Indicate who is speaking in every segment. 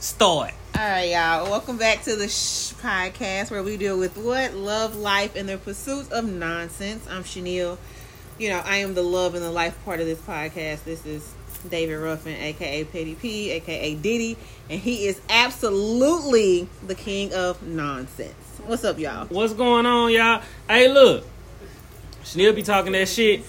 Speaker 1: Start.
Speaker 2: All right, y'all. Welcome back to the Shh podcast where we deal with what love, life, and the pursuits of nonsense. I'm Chanel. You know, I am the love and the life part of this podcast. This is David Ruffin, aka Petty P, aka Diddy, and he is absolutely the king of nonsense. What's up, y'all?
Speaker 1: What's going on, y'all? Hey, look. She'll be talking that shit.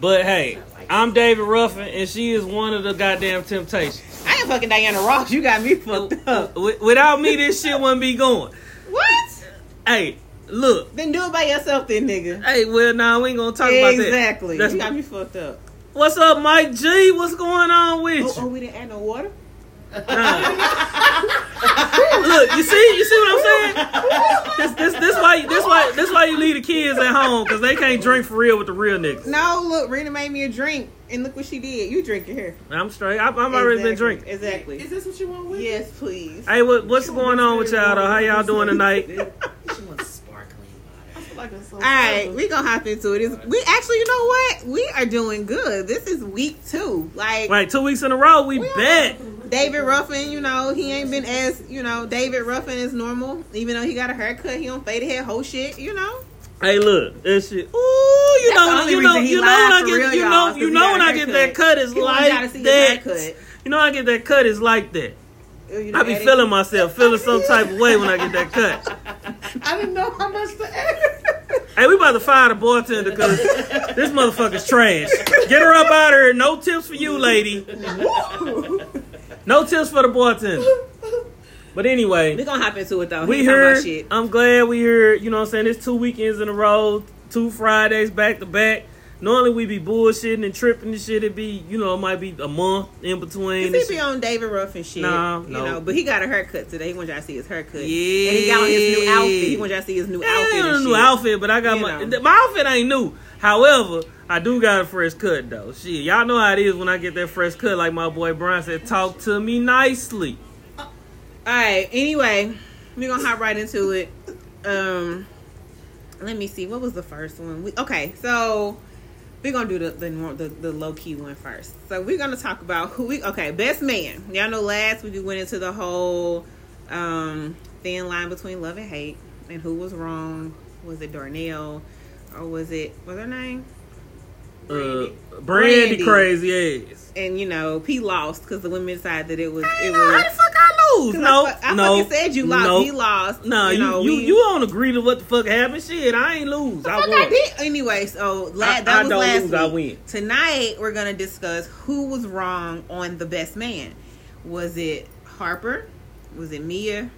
Speaker 1: But hey, I'm David Ruffin, and she is one of the goddamn temptations.
Speaker 2: I ain't fucking Diana Ross. You got me
Speaker 1: Oh,
Speaker 2: fucked up.
Speaker 1: Wi- Without me, this shit wouldn't be going.
Speaker 2: What?
Speaker 1: Hey, look.
Speaker 2: Then do it by yourself, then, nigga.
Speaker 1: Hey, well, nah, we ain't gonna talk about that.
Speaker 2: Exactly.
Speaker 1: That's
Speaker 2: you
Speaker 1: my-
Speaker 2: got me fucked up.
Speaker 1: What's up, Mike G? What's going on with
Speaker 2: Oh,
Speaker 1: you?
Speaker 2: oh, we didn't add no water.
Speaker 1: Nah. Look, you see, you see what I'm saying? This, this, this why, this why, this why you leave the kids at home because they can't drink for real with the real niggas.
Speaker 2: No, look, Rena made me a drink, and look what she did. You drink it here.
Speaker 1: I'm straight. I, I'm already been drinking.
Speaker 2: Exactly.
Speaker 3: Is this what you want with? it?
Speaker 2: yes, please.
Speaker 1: Hey, what, what's going on with y'all though? How y'all doing tonight?
Speaker 3: She wants sparkling water.
Speaker 4: Like it's so
Speaker 2: All right, we gonna hop into it. It's, we actually, you know what? We are doing good. This is week two. Like
Speaker 1: Like two weeks in a row, we bet.
Speaker 2: David Ruffin, you know, he ain't been as you know David Ruffin is normal. Even though he got a haircut, he don't fade head whole shit. You know.
Speaker 1: Hey, look, this shit. Ooh, you
Speaker 2: That's the
Speaker 1: know,
Speaker 2: only
Speaker 1: you know,
Speaker 2: reason he
Speaker 1: you know
Speaker 2: lied
Speaker 1: when I
Speaker 2: for
Speaker 1: get,
Speaker 2: real,
Speaker 1: you
Speaker 2: y'all,
Speaker 1: know,
Speaker 2: 'cause
Speaker 1: you
Speaker 2: he
Speaker 1: know
Speaker 2: got
Speaker 1: when
Speaker 2: a
Speaker 1: I get that
Speaker 2: haircut.
Speaker 1: cut is
Speaker 2: He want y'all to
Speaker 1: like
Speaker 2: see his
Speaker 1: that.
Speaker 2: haircut.
Speaker 1: You know, I get that cut is like that.
Speaker 2: You know,
Speaker 1: I be
Speaker 2: added-
Speaker 1: feeling myself, feeling some type of way when I get that cut.
Speaker 4: I didn't know how much to add.
Speaker 1: Hey, we about to fire the bartender because this motherfucker's trash. Get her up out of here. No tips for you, lady. No tips for the bartender. But
Speaker 2: We
Speaker 1: anyway,
Speaker 2: gonna hop into it though.
Speaker 1: we
Speaker 2: He talking about
Speaker 1: here.
Speaker 2: Shit.
Speaker 1: I'm glad we here. You know what I'm saying? It's two weekends in a row, two Fridays back to back. Normally we be bullshitting and tripping and shit. It be, you know, it might be a month in between. and
Speaker 2: Cause he
Speaker 1: shit.
Speaker 2: be on David Ruffin shit,
Speaker 1: Nah,
Speaker 2: you
Speaker 1: no.
Speaker 2: know. But he got a haircut today. He want y'all to see his haircut. and he got on his new outfit. He want y'all to see his new
Speaker 1: Yeah,
Speaker 2: outfit.
Speaker 1: a
Speaker 2: And
Speaker 1: new
Speaker 2: shit.
Speaker 1: outfit, but I got
Speaker 2: You
Speaker 1: my
Speaker 2: know.
Speaker 1: th- my outfit ain't new. However, I do got a fresh cut though. Shit, y'all know how it is when I get that fresh cut. Like my boy Brian said, talk to me nicely.
Speaker 2: All right. Anyway, we're gonna hop right into it. Um, let me see. What was the first one? We, okay, so we're gonna do the the, nor- the the low key one first. So we're gonna talk about who we. Okay, best man. Y'all know last week we went into the whole um thin line between love and hate, and who was wrong. Was it Darnell, or was it what's her name?
Speaker 1: Brandy, uh, Brandy,
Speaker 2: Brandy.
Speaker 1: crazy ass.
Speaker 2: And you know, P lost because the women decided that it was
Speaker 1: Hey,
Speaker 2: it
Speaker 1: no, how the
Speaker 2: was.
Speaker 1: fuck I lose?
Speaker 2: 'cause
Speaker 1: No,
Speaker 2: I, fu- I
Speaker 1: no,
Speaker 2: fucking said you lost.
Speaker 1: No,
Speaker 2: He lost.
Speaker 1: Nah, you,
Speaker 2: know,
Speaker 1: you,
Speaker 2: we-
Speaker 1: you don't agree to what the fuck happened. Shit, I ain't lose. I
Speaker 2: Fuck,
Speaker 1: won.
Speaker 2: I did. Anyway, so la-
Speaker 1: I-
Speaker 2: that
Speaker 1: I
Speaker 2: was
Speaker 1: don't
Speaker 2: last
Speaker 1: lose,
Speaker 2: week.
Speaker 1: I win.
Speaker 2: Tonight we're gonna discuss who was wrong on the best man. Was it Harper? Was it Mia?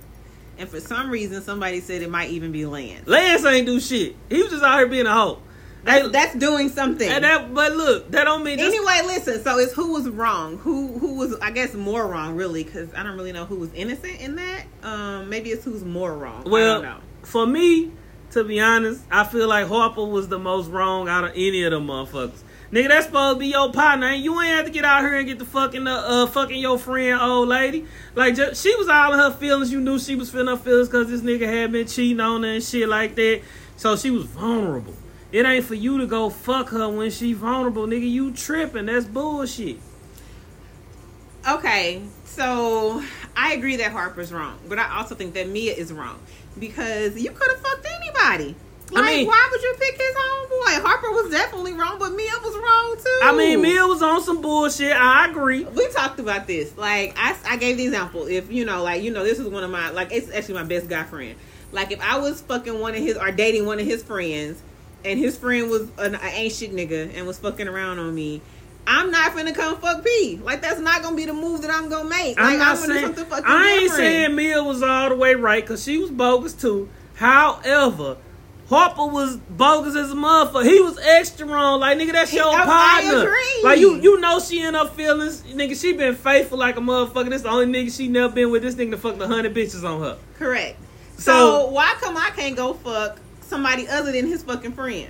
Speaker 2: And for some reason, somebody said it might even be Lance.
Speaker 1: Lance ain't do shit. He was just out here being a hoe.
Speaker 2: That's,
Speaker 1: Hey,
Speaker 2: that's doing something.
Speaker 1: and that, but look, that don't mean just
Speaker 2: anyway, listen. So it's who was wrong. Who who was I guess more wrong really? Because I don't really know who was innocent in that. Um, maybe it's who's more wrong. I
Speaker 1: Well,
Speaker 2: don't know.
Speaker 1: for me, to be honest, I feel like Harper was the most wrong out of any of them motherfuckers. Nigga, that's supposed to be your partner. And you ain't have to get out here and get the fucking uh, uh fucking your friend old lady. Like ju- she was all in her feelings. You knew she was feeling her feelings because this nigga had been cheating on her and shit like that. So she was vulnerable. It ain't for you to go fuck her when she vulnerable, nigga. You tripping? That's bullshit.
Speaker 2: Okay, so I agree that Harper's wrong, but I also think that Mia is wrong because you could have fucked anybody.
Speaker 1: I
Speaker 2: Like,
Speaker 1: mean-
Speaker 2: why would you pick his homeboy? Harper was definitely wrong, but Mia was wrong too.
Speaker 1: I mean, Mia was on some bullshit. I agree.
Speaker 2: We talked about this. Like, I, I gave the example. If you know, like, you know, this is one of my like, it's actually my best guy friend. Like, if I was fucking one of his or dating one of his friends, and his friend was an, an ancient nigga and was fucking around on me. I'm not finna come fuck P. Like that's not gonna be the move that I'm gonna make. Like
Speaker 1: I'm not
Speaker 2: gonna
Speaker 1: saying
Speaker 2: something fucking
Speaker 1: I ain't
Speaker 2: different.
Speaker 1: saying Mia was all the way right because she was bogus too. However, Harper was bogus as a motherfucker. He was extra wrong. Like nigga, that's
Speaker 2: He-
Speaker 1: your
Speaker 2: I- I
Speaker 1: partner.
Speaker 2: agree.
Speaker 1: Like you, you know she in her feelings. Nigga, she been faithful like a motherfucker. This the only nigga she never been with. This nigga fucked a hundred bitches on her.
Speaker 2: Correct. So,
Speaker 1: So-
Speaker 2: why come I can't go fuck somebody other than his fucking friend?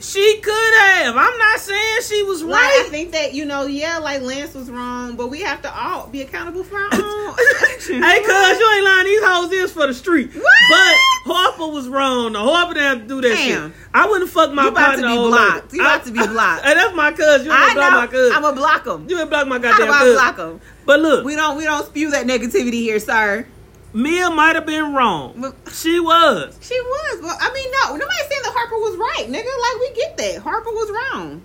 Speaker 1: She could have. I'm not saying she was
Speaker 2: Like I
Speaker 1: right.
Speaker 2: think that you know, yeah, like Lance was wrong, but we have to all be accountable for our own.
Speaker 1: Hey, cuz you ain't lying. These hoes is for the street.
Speaker 2: What?
Speaker 1: But Harper was wrong. though. Harper didn't have to do that
Speaker 2: Damn.
Speaker 1: shit. I wouldn't fuck my
Speaker 2: You about to
Speaker 1: partner
Speaker 2: be
Speaker 1: over.
Speaker 2: blocked. You about to be blocked.
Speaker 1: and that's my cousin. You ain't
Speaker 2: I
Speaker 1: block my
Speaker 2: know.
Speaker 1: cousin.
Speaker 2: I'm gonna block him.
Speaker 1: you ain't block my
Speaker 2: How
Speaker 1: goddamn
Speaker 2: do I
Speaker 1: cousin.
Speaker 2: block him?
Speaker 1: But look,
Speaker 2: We don't we don't spew that negativity here, sir.
Speaker 1: Mia might have been wrong.
Speaker 2: But-
Speaker 1: She was.
Speaker 2: She was. Well, I mean, no. Nobody saying that Harper was right, nigga. Like we get that Harper was wrong.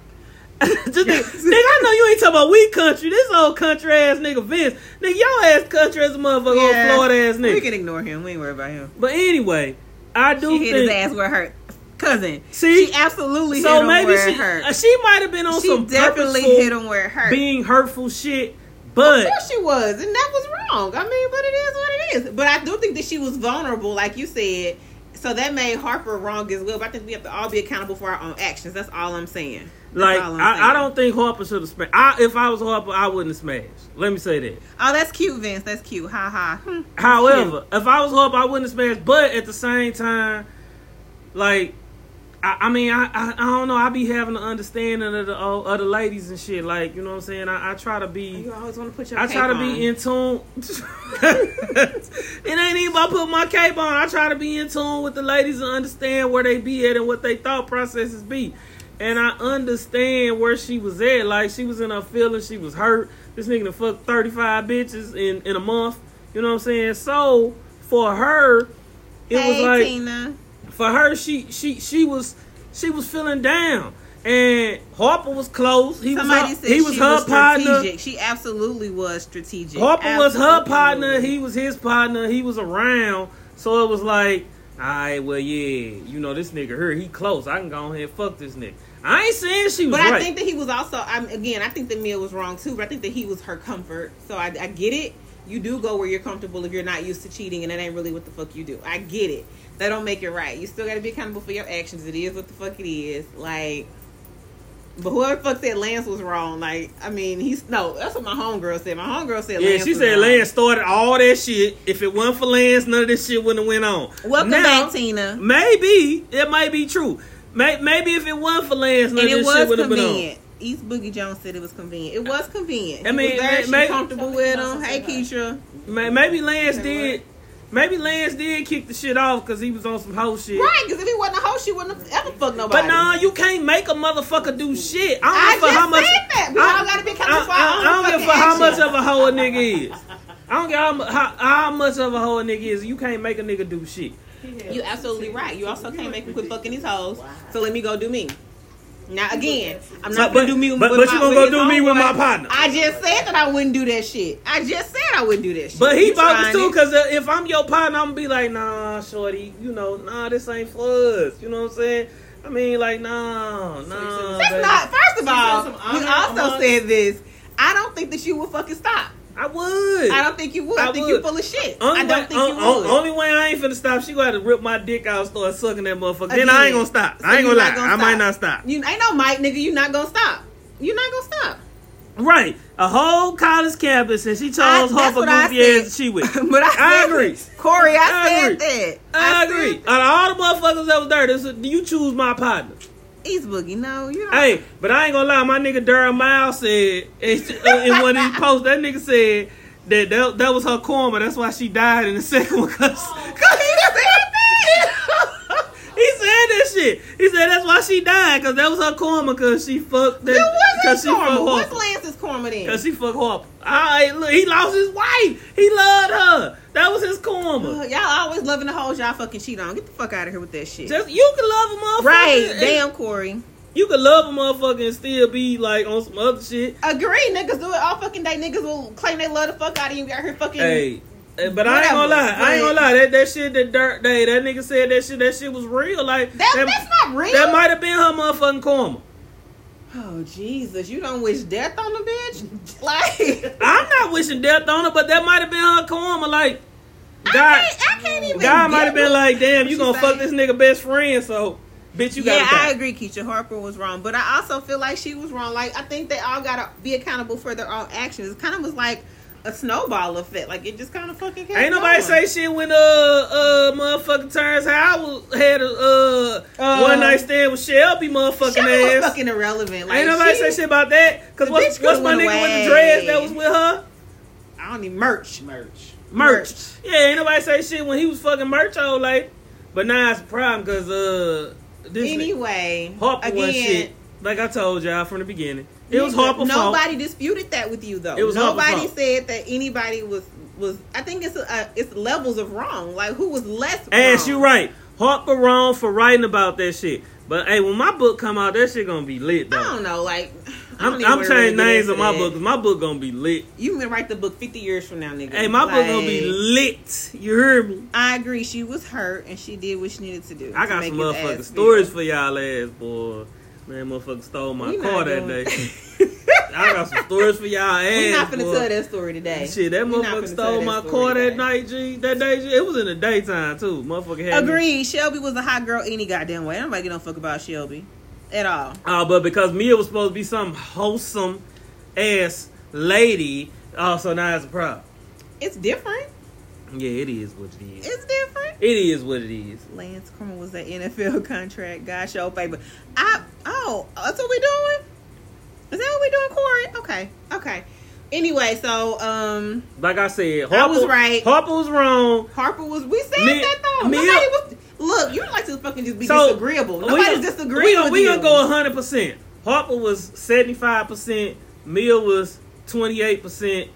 Speaker 1: Just think, nigga, I know you ain't talking about we country. This old country ass nigga Vince. Nigga, y'all ass country as a motherfucker,
Speaker 2: Yeah.
Speaker 1: old Florida ass
Speaker 2: We
Speaker 1: nigga.
Speaker 2: can ignore him. We ain't worry about him.
Speaker 1: but anyway, I do
Speaker 2: She
Speaker 1: think
Speaker 2: hit his ass where it hurt. Cousin.
Speaker 1: See?
Speaker 2: she absolutely hit
Speaker 1: so.
Speaker 2: him
Speaker 1: Maybe
Speaker 2: where it
Speaker 1: she
Speaker 2: hurt.
Speaker 1: uh, she might have been on
Speaker 2: she
Speaker 1: some
Speaker 2: definitely
Speaker 1: purposeful
Speaker 2: hit him where it hurt.
Speaker 1: being hurtful shit.
Speaker 2: of
Speaker 1: But
Speaker 2: course she was, and that was wrong. I mean, but it is what it is. But I do think that she was vulnerable, like you said. So that made Harper wrong as well. But I think we have to all be accountable for our own actions. That's all I'm saying. That's
Speaker 1: like
Speaker 2: all I'm
Speaker 1: I, I
Speaker 2: saying.
Speaker 1: don't think Harper should have smashed. I, if I was Harper, I wouldn't smash. Let me say that.
Speaker 2: Oh, that's cute, Vince. That's cute. Ha ha. Hmm.
Speaker 1: However, if I was Harper, I wouldn't smash. But at the same time, like, I, I mean, I, I I don't know. I be having an understanding of the uh, other ladies and shit. Like, you know what I'm saying? I, I try to be.
Speaker 2: You always want to put your.
Speaker 1: I try to be in tune. it ain't even about putting my cape on. I try to be in tune with the ladies and understand where they be at and what they thought processes be. And I understand where she was at. Like she was in her feelings. She was hurt. This nigga done fucked thirty five bitches in in a month. You know what I'm saying? So for her, it was like
Speaker 2: Tina.
Speaker 1: for her she she she was she was feeling down. And Harper was close. He
Speaker 2: Somebody
Speaker 1: was her,
Speaker 2: said
Speaker 1: he was
Speaker 2: she
Speaker 1: her
Speaker 2: was
Speaker 1: partner.
Speaker 2: strategic. She absolutely was strategic.
Speaker 1: Harper was her
Speaker 2: Absolutely.
Speaker 1: partner. He was his partner. He was around. So it was like, all right, well, yeah, you know, this nigga here, he close. I can go ahead and fuck this nigga. I ain't saying she was
Speaker 2: But
Speaker 1: right.
Speaker 2: I think that he was also. I'm again. I think that Mia was wrong too. But I think that he was her comfort. So I, I get it. You do go where you're comfortable if you're not used to cheating, and that ain't really what the fuck you do. I get it. That don't make it right. You still got to be accountable for your actions. It is what the fuck it is. Like, but whoever the fuck said Lance was wrong. Like, I mean, he's no. That's what my homegirl said. My homegirl said.
Speaker 1: yeah,
Speaker 2: Lance
Speaker 1: she
Speaker 2: was
Speaker 1: said
Speaker 2: wrong.
Speaker 1: Lance started all that shit. If it wasn't for Lance, none of this shit wouldn't have went on.
Speaker 2: Welcome
Speaker 1: Now,
Speaker 2: back, Tina.
Speaker 1: Maybe it might be true. May- Maybe if it wasn't for Lance, none
Speaker 2: And
Speaker 1: of
Speaker 2: it
Speaker 1: this shit
Speaker 2: was
Speaker 1: would have been on.
Speaker 2: convenient. East Boogie Jones said it was convenient. It was convenient.
Speaker 1: I
Speaker 2: I
Speaker 1: mean,
Speaker 2: mean,
Speaker 1: may- may-
Speaker 2: she's comfortable with him. Hey, Keisha.
Speaker 1: Ma- Maybe Lance
Speaker 2: Okay,
Speaker 1: did. Maybe Lance did kick the shit off because he was on some hoe shit.
Speaker 2: Right, because if he wasn't a hoe, she wouldn't have ever fucked nobody.
Speaker 1: But no, you can't make a motherfucker do shit. I
Speaker 2: I
Speaker 1: don't give a
Speaker 2: just
Speaker 1: fuck how
Speaker 2: said
Speaker 1: much.
Speaker 2: that. We
Speaker 1: I-
Speaker 2: all gotta be
Speaker 1: I,
Speaker 2: accountable for our
Speaker 1: I- I
Speaker 2: own
Speaker 1: don't give a
Speaker 2: fucking
Speaker 1: fuck how much
Speaker 2: actions.
Speaker 1: of a hoe a nigga is. I don't care how, mu- how, how much of a hoe a nigga is. You can't make a nigga do shit.
Speaker 2: You absolutely right. You also can't make him quit fucking these hoes. So let me go do me. Now again, I'm
Speaker 1: So,
Speaker 2: not
Speaker 1: but-
Speaker 2: gonna do me.
Speaker 1: but-
Speaker 2: with
Speaker 1: but you
Speaker 2: my-
Speaker 1: gonna
Speaker 2: with
Speaker 1: go
Speaker 2: his
Speaker 1: do me with my
Speaker 2: homeboy.
Speaker 1: partner.
Speaker 2: I just said that I wouldn't do that shit. I just said I wouldn't do that shit.
Speaker 1: But he
Speaker 2: You
Speaker 1: bogus
Speaker 2: trying
Speaker 1: too,
Speaker 2: it.
Speaker 1: because if I'm your partner, I'm gonna be like, nah, shorty, you know, nah, this ain't for us. You know what I'm saying? I mean, like, nah, nah.
Speaker 2: That's
Speaker 1: baby.
Speaker 2: not. First of
Speaker 3: She
Speaker 2: all,
Speaker 3: said some
Speaker 2: you
Speaker 3: honor
Speaker 2: also
Speaker 3: amongst-
Speaker 2: said this. I don't think that you would fucking stop.
Speaker 1: I would.
Speaker 2: I don't think you would. I,
Speaker 1: I
Speaker 2: think
Speaker 1: would.
Speaker 2: you full of shit.
Speaker 1: Only
Speaker 2: I don't
Speaker 1: way-
Speaker 2: think you
Speaker 1: on- on-
Speaker 2: would.
Speaker 1: Only way I ain't finna stop, she gonna have to rip my dick out, and start sucking that motherfucker. Then I ain't gonna stop.
Speaker 2: So
Speaker 1: I ain't
Speaker 2: you
Speaker 1: gonna lie.
Speaker 2: not gonna
Speaker 1: I might
Speaker 2: stop.
Speaker 1: not stop.
Speaker 2: you ain't no Mike, nigga. You not gonna stop. You not gonna stop.
Speaker 1: Right. A whole college campus and she
Speaker 2: I-
Speaker 1: chose
Speaker 2: that's
Speaker 1: Harper
Speaker 2: what I
Speaker 1: Goofy ass
Speaker 2: said.
Speaker 1: she with.
Speaker 2: but I,
Speaker 1: I
Speaker 2: said
Speaker 1: agree.
Speaker 2: that. Corey. I,
Speaker 1: I
Speaker 2: said
Speaker 1: agree.
Speaker 2: that.
Speaker 1: I
Speaker 2: said
Speaker 1: agree.
Speaker 2: that.
Speaker 1: Out of all the motherfuckers that was there, this, you choose my partner.
Speaker 2: East Boogie. No, you don't.
Speaker 1: Hey, but I ain't gonna lie, my nigga Durham Miles said it's- uh, in one of these posts, that nigga said that that, that was her karma. That's why she died in the second one. Cause,
Speaker 2: Oh.
Speaker 1: 'cause he said that. He said that shit. He said that's why she died, cause that was her karma, cause she fucked
Speaker 2: Then
Speaker 1: that,
Speaker 2: what's
Speaker 1: cause
Speaker 2: his
Speaker 1: she fucked
Speaker 2: karma?
Speaker 1: Harper.
Speaker 2: What's Lance's karma then?
Speaker 1: Cause she fuck Harper. I look, he lost his wife. He loved her. That was his
Speaker 2: Ugh,
Speaker 1: karma.
Speaker 2: y'all always loving the hoes y'all fucking cheat on. Get the fuck out of here with that shit.
Speaker 1: Just you can love a motherfucker.
Speaker 2: right.
Speaker 1: and-
Speaker 2: Damn, Corey.
Speaker 1: You can love a motherfucker and still be like on some other shit.
Speaker 2: Mm. Agree, niggas do it all fucking day. Niggas will claim they love the fuck out of you. We out here fucking.
Speaker 1: Hey. eh, But I ain't gonna lie, I ain't gonna lie. That that shit, that dirt day, that nigga said that shit, that shit was real. Like
Speaker 2: That, that's not real.
Speaker 1: that might have been her motherfucking karma.
Speaker 2: oh Jesus, you don't wish death on the bitch. Like
Speaker 1: I'm not wishing death on her, but that might have been her karma. Like
Speaker 2: I
Speaker 1: God,
Speaker 2: can't, I can't even.
Speaker 1: God might
Speaker 2: get
Speaker 1: have been
Speaker 2: what-
Speaker 1: like, damn, you
Speaker 2: she
Speaker 1: gonna fuck this
Speaker 2: saying?
Speaker 1: nigga best friend, so bitch, you gotta
Speaker 2: yeah,
Speaker 1: die.
Speaker 2: I agree. Keisha Harper was wrong, but I also feel like she was wrong. Like I think they all gotta be accountable for their own actions. It kind of was like a snowball effect. Like it just kind of fucking. Kept
Speaker 1: Ain't nobody
Speaker 2: going.
Speaker 1: say shit when uh uh motherfucking turns Howard had a uh,
Speaker 2: Uh,
Speaker 1: one night stand with Shelby motherfucking
Speaker 2: She was
Speaker 1: ass.
Speaker 2: fucking irrelevant. Like,
Speaker 1: Ain't nobody say
Speaker 2: she,
Speaker 1: shit about that. Cause
Speaker 2: The
Speaker 1: what's,
Speaker 2: bitch
Speaker 1: what's
Speaker 2: could've
Speaker 1: my nigga
Speaker 2: went
Speaker 1: with
Speaker 2: away.
Speaker 1: the dreads that was with her?
Speaker 2: I don't need merch.
Speaker 3: Merch.
Speaker 1: Merch.
Speaker 2: Merch.
Speaker 1: Yeah, ain't nobody say shit when he was fucking merch old like But now it's a problem because uh, this
Speaker 2: Anyway,
Speaker 1: Harper was shit.
Speaker 2: again,
Speaker 1: Like I told y'all from the beginning, it was
Speaker 2: nigga,
Speaker 1: Harper fault.
Speaker 2: Nobody disputed that with you though.
Speaker 1: It was Harper's
Speaker 2: nobody
Speaker 1: fault.
Speaker 2: said that anybody was was. I think it's uh it's levels of wrong. Like who was less?
Speaker 1: Ass,
Speaker 2: wrong?
Speaker 1: you right. Harper wrong for writing about that shit. But hey, when my book come out, that shit gonna be lit
Speaker 2: I
Speaker 1: though.
Speaker 2: don't know. Like I
Speaker 1: I'm,
Speaker 2: don't even
Speaker 1: I'm
Speaker 2: wanna really
Speaker 1: changing
Speaker 2: get
Speaker 1: names
Speaker 2: into
Speaker 1: of my
Speaker 2: that.
Speaker 1: book. 'cause My book gonna be lit.
Speaker 2: You can write the book fifty years from now, nigga.
Speaker 1: Hey, my book gonna be
Speaker 2: Like,
Speaker 1: lit. You heard me?
Speaker 2: I agree. She was hurt, and she did what she needed to do.
Speaker 1: I
Speaker 2: to
Speaker 1: got
Speaker 2: make
Speaker 1: some
Speaker 2: his ass
Speaker 1: motherfucking
Speaker 2: feel.
Speaker 1: stories for y'all ass, boy. Man, motherfucker stole my
Speaker 2: We not
Speaker 1: car that
Speaker 2: doing-
Speaker 1: day. I got some stories for y'all ass.
Speaker 2: We're not finna
Speaker 1: boy.
Speaker 2: tell that story today.
Speaker 1: Shit, that
Speaker 2: We not
Speaker 1: motherfucker
Speaker 2: finna
Speaker 1: stole
Speaker 2: tell
Speaker 1: my
Speaker 2: story
Speaker 1: car that
Speaker 2: today.
Speaker 1: night, G. That day, G. It was in the daytime, too. Motherfucker had me-
Speaker 2: Agreed. Shelby was a hot girl any goddamn way. Nobody give no fuck about Shelby at all.
Speaker 1: Uh, but because Mia was supposed to be some wholesome ass lady, oh, so now it's a problem.
Speaker 2: It's different.
Speaker 1: Yeah, it is what it is.
Speaker 2: It's different.
Speaker 1: It is what it is.
Speaker 2: Lance Corman was that NFL contract. God show favor. I oh, that's what we doing. Is that what we doing, Corey? Okay, okay. Anyway, so um,
Speaker 1: Like I said, Harper,
Speaker 2: I was right.
Speaker 1: Harper was wrong.
Speaker 2: Harper was. We said
Speaker 1: Me-
Speaker 2: that though.
Speaker 1: me-
Speaker 2: Nobody was. Look, you like to fucking just be
Speaker 1: So,
Speaker 2: disagreeable. Nobody's
Speaker 1: we,
Speaker 2: disagreeing
Speaker 1: We gonna,
Speaker 2: with
Speaker 1: we
Speaker 2: you.
Speaker 1: gonna go hundred percent. Harper was seventy five percent. Mia was twenty eight percent.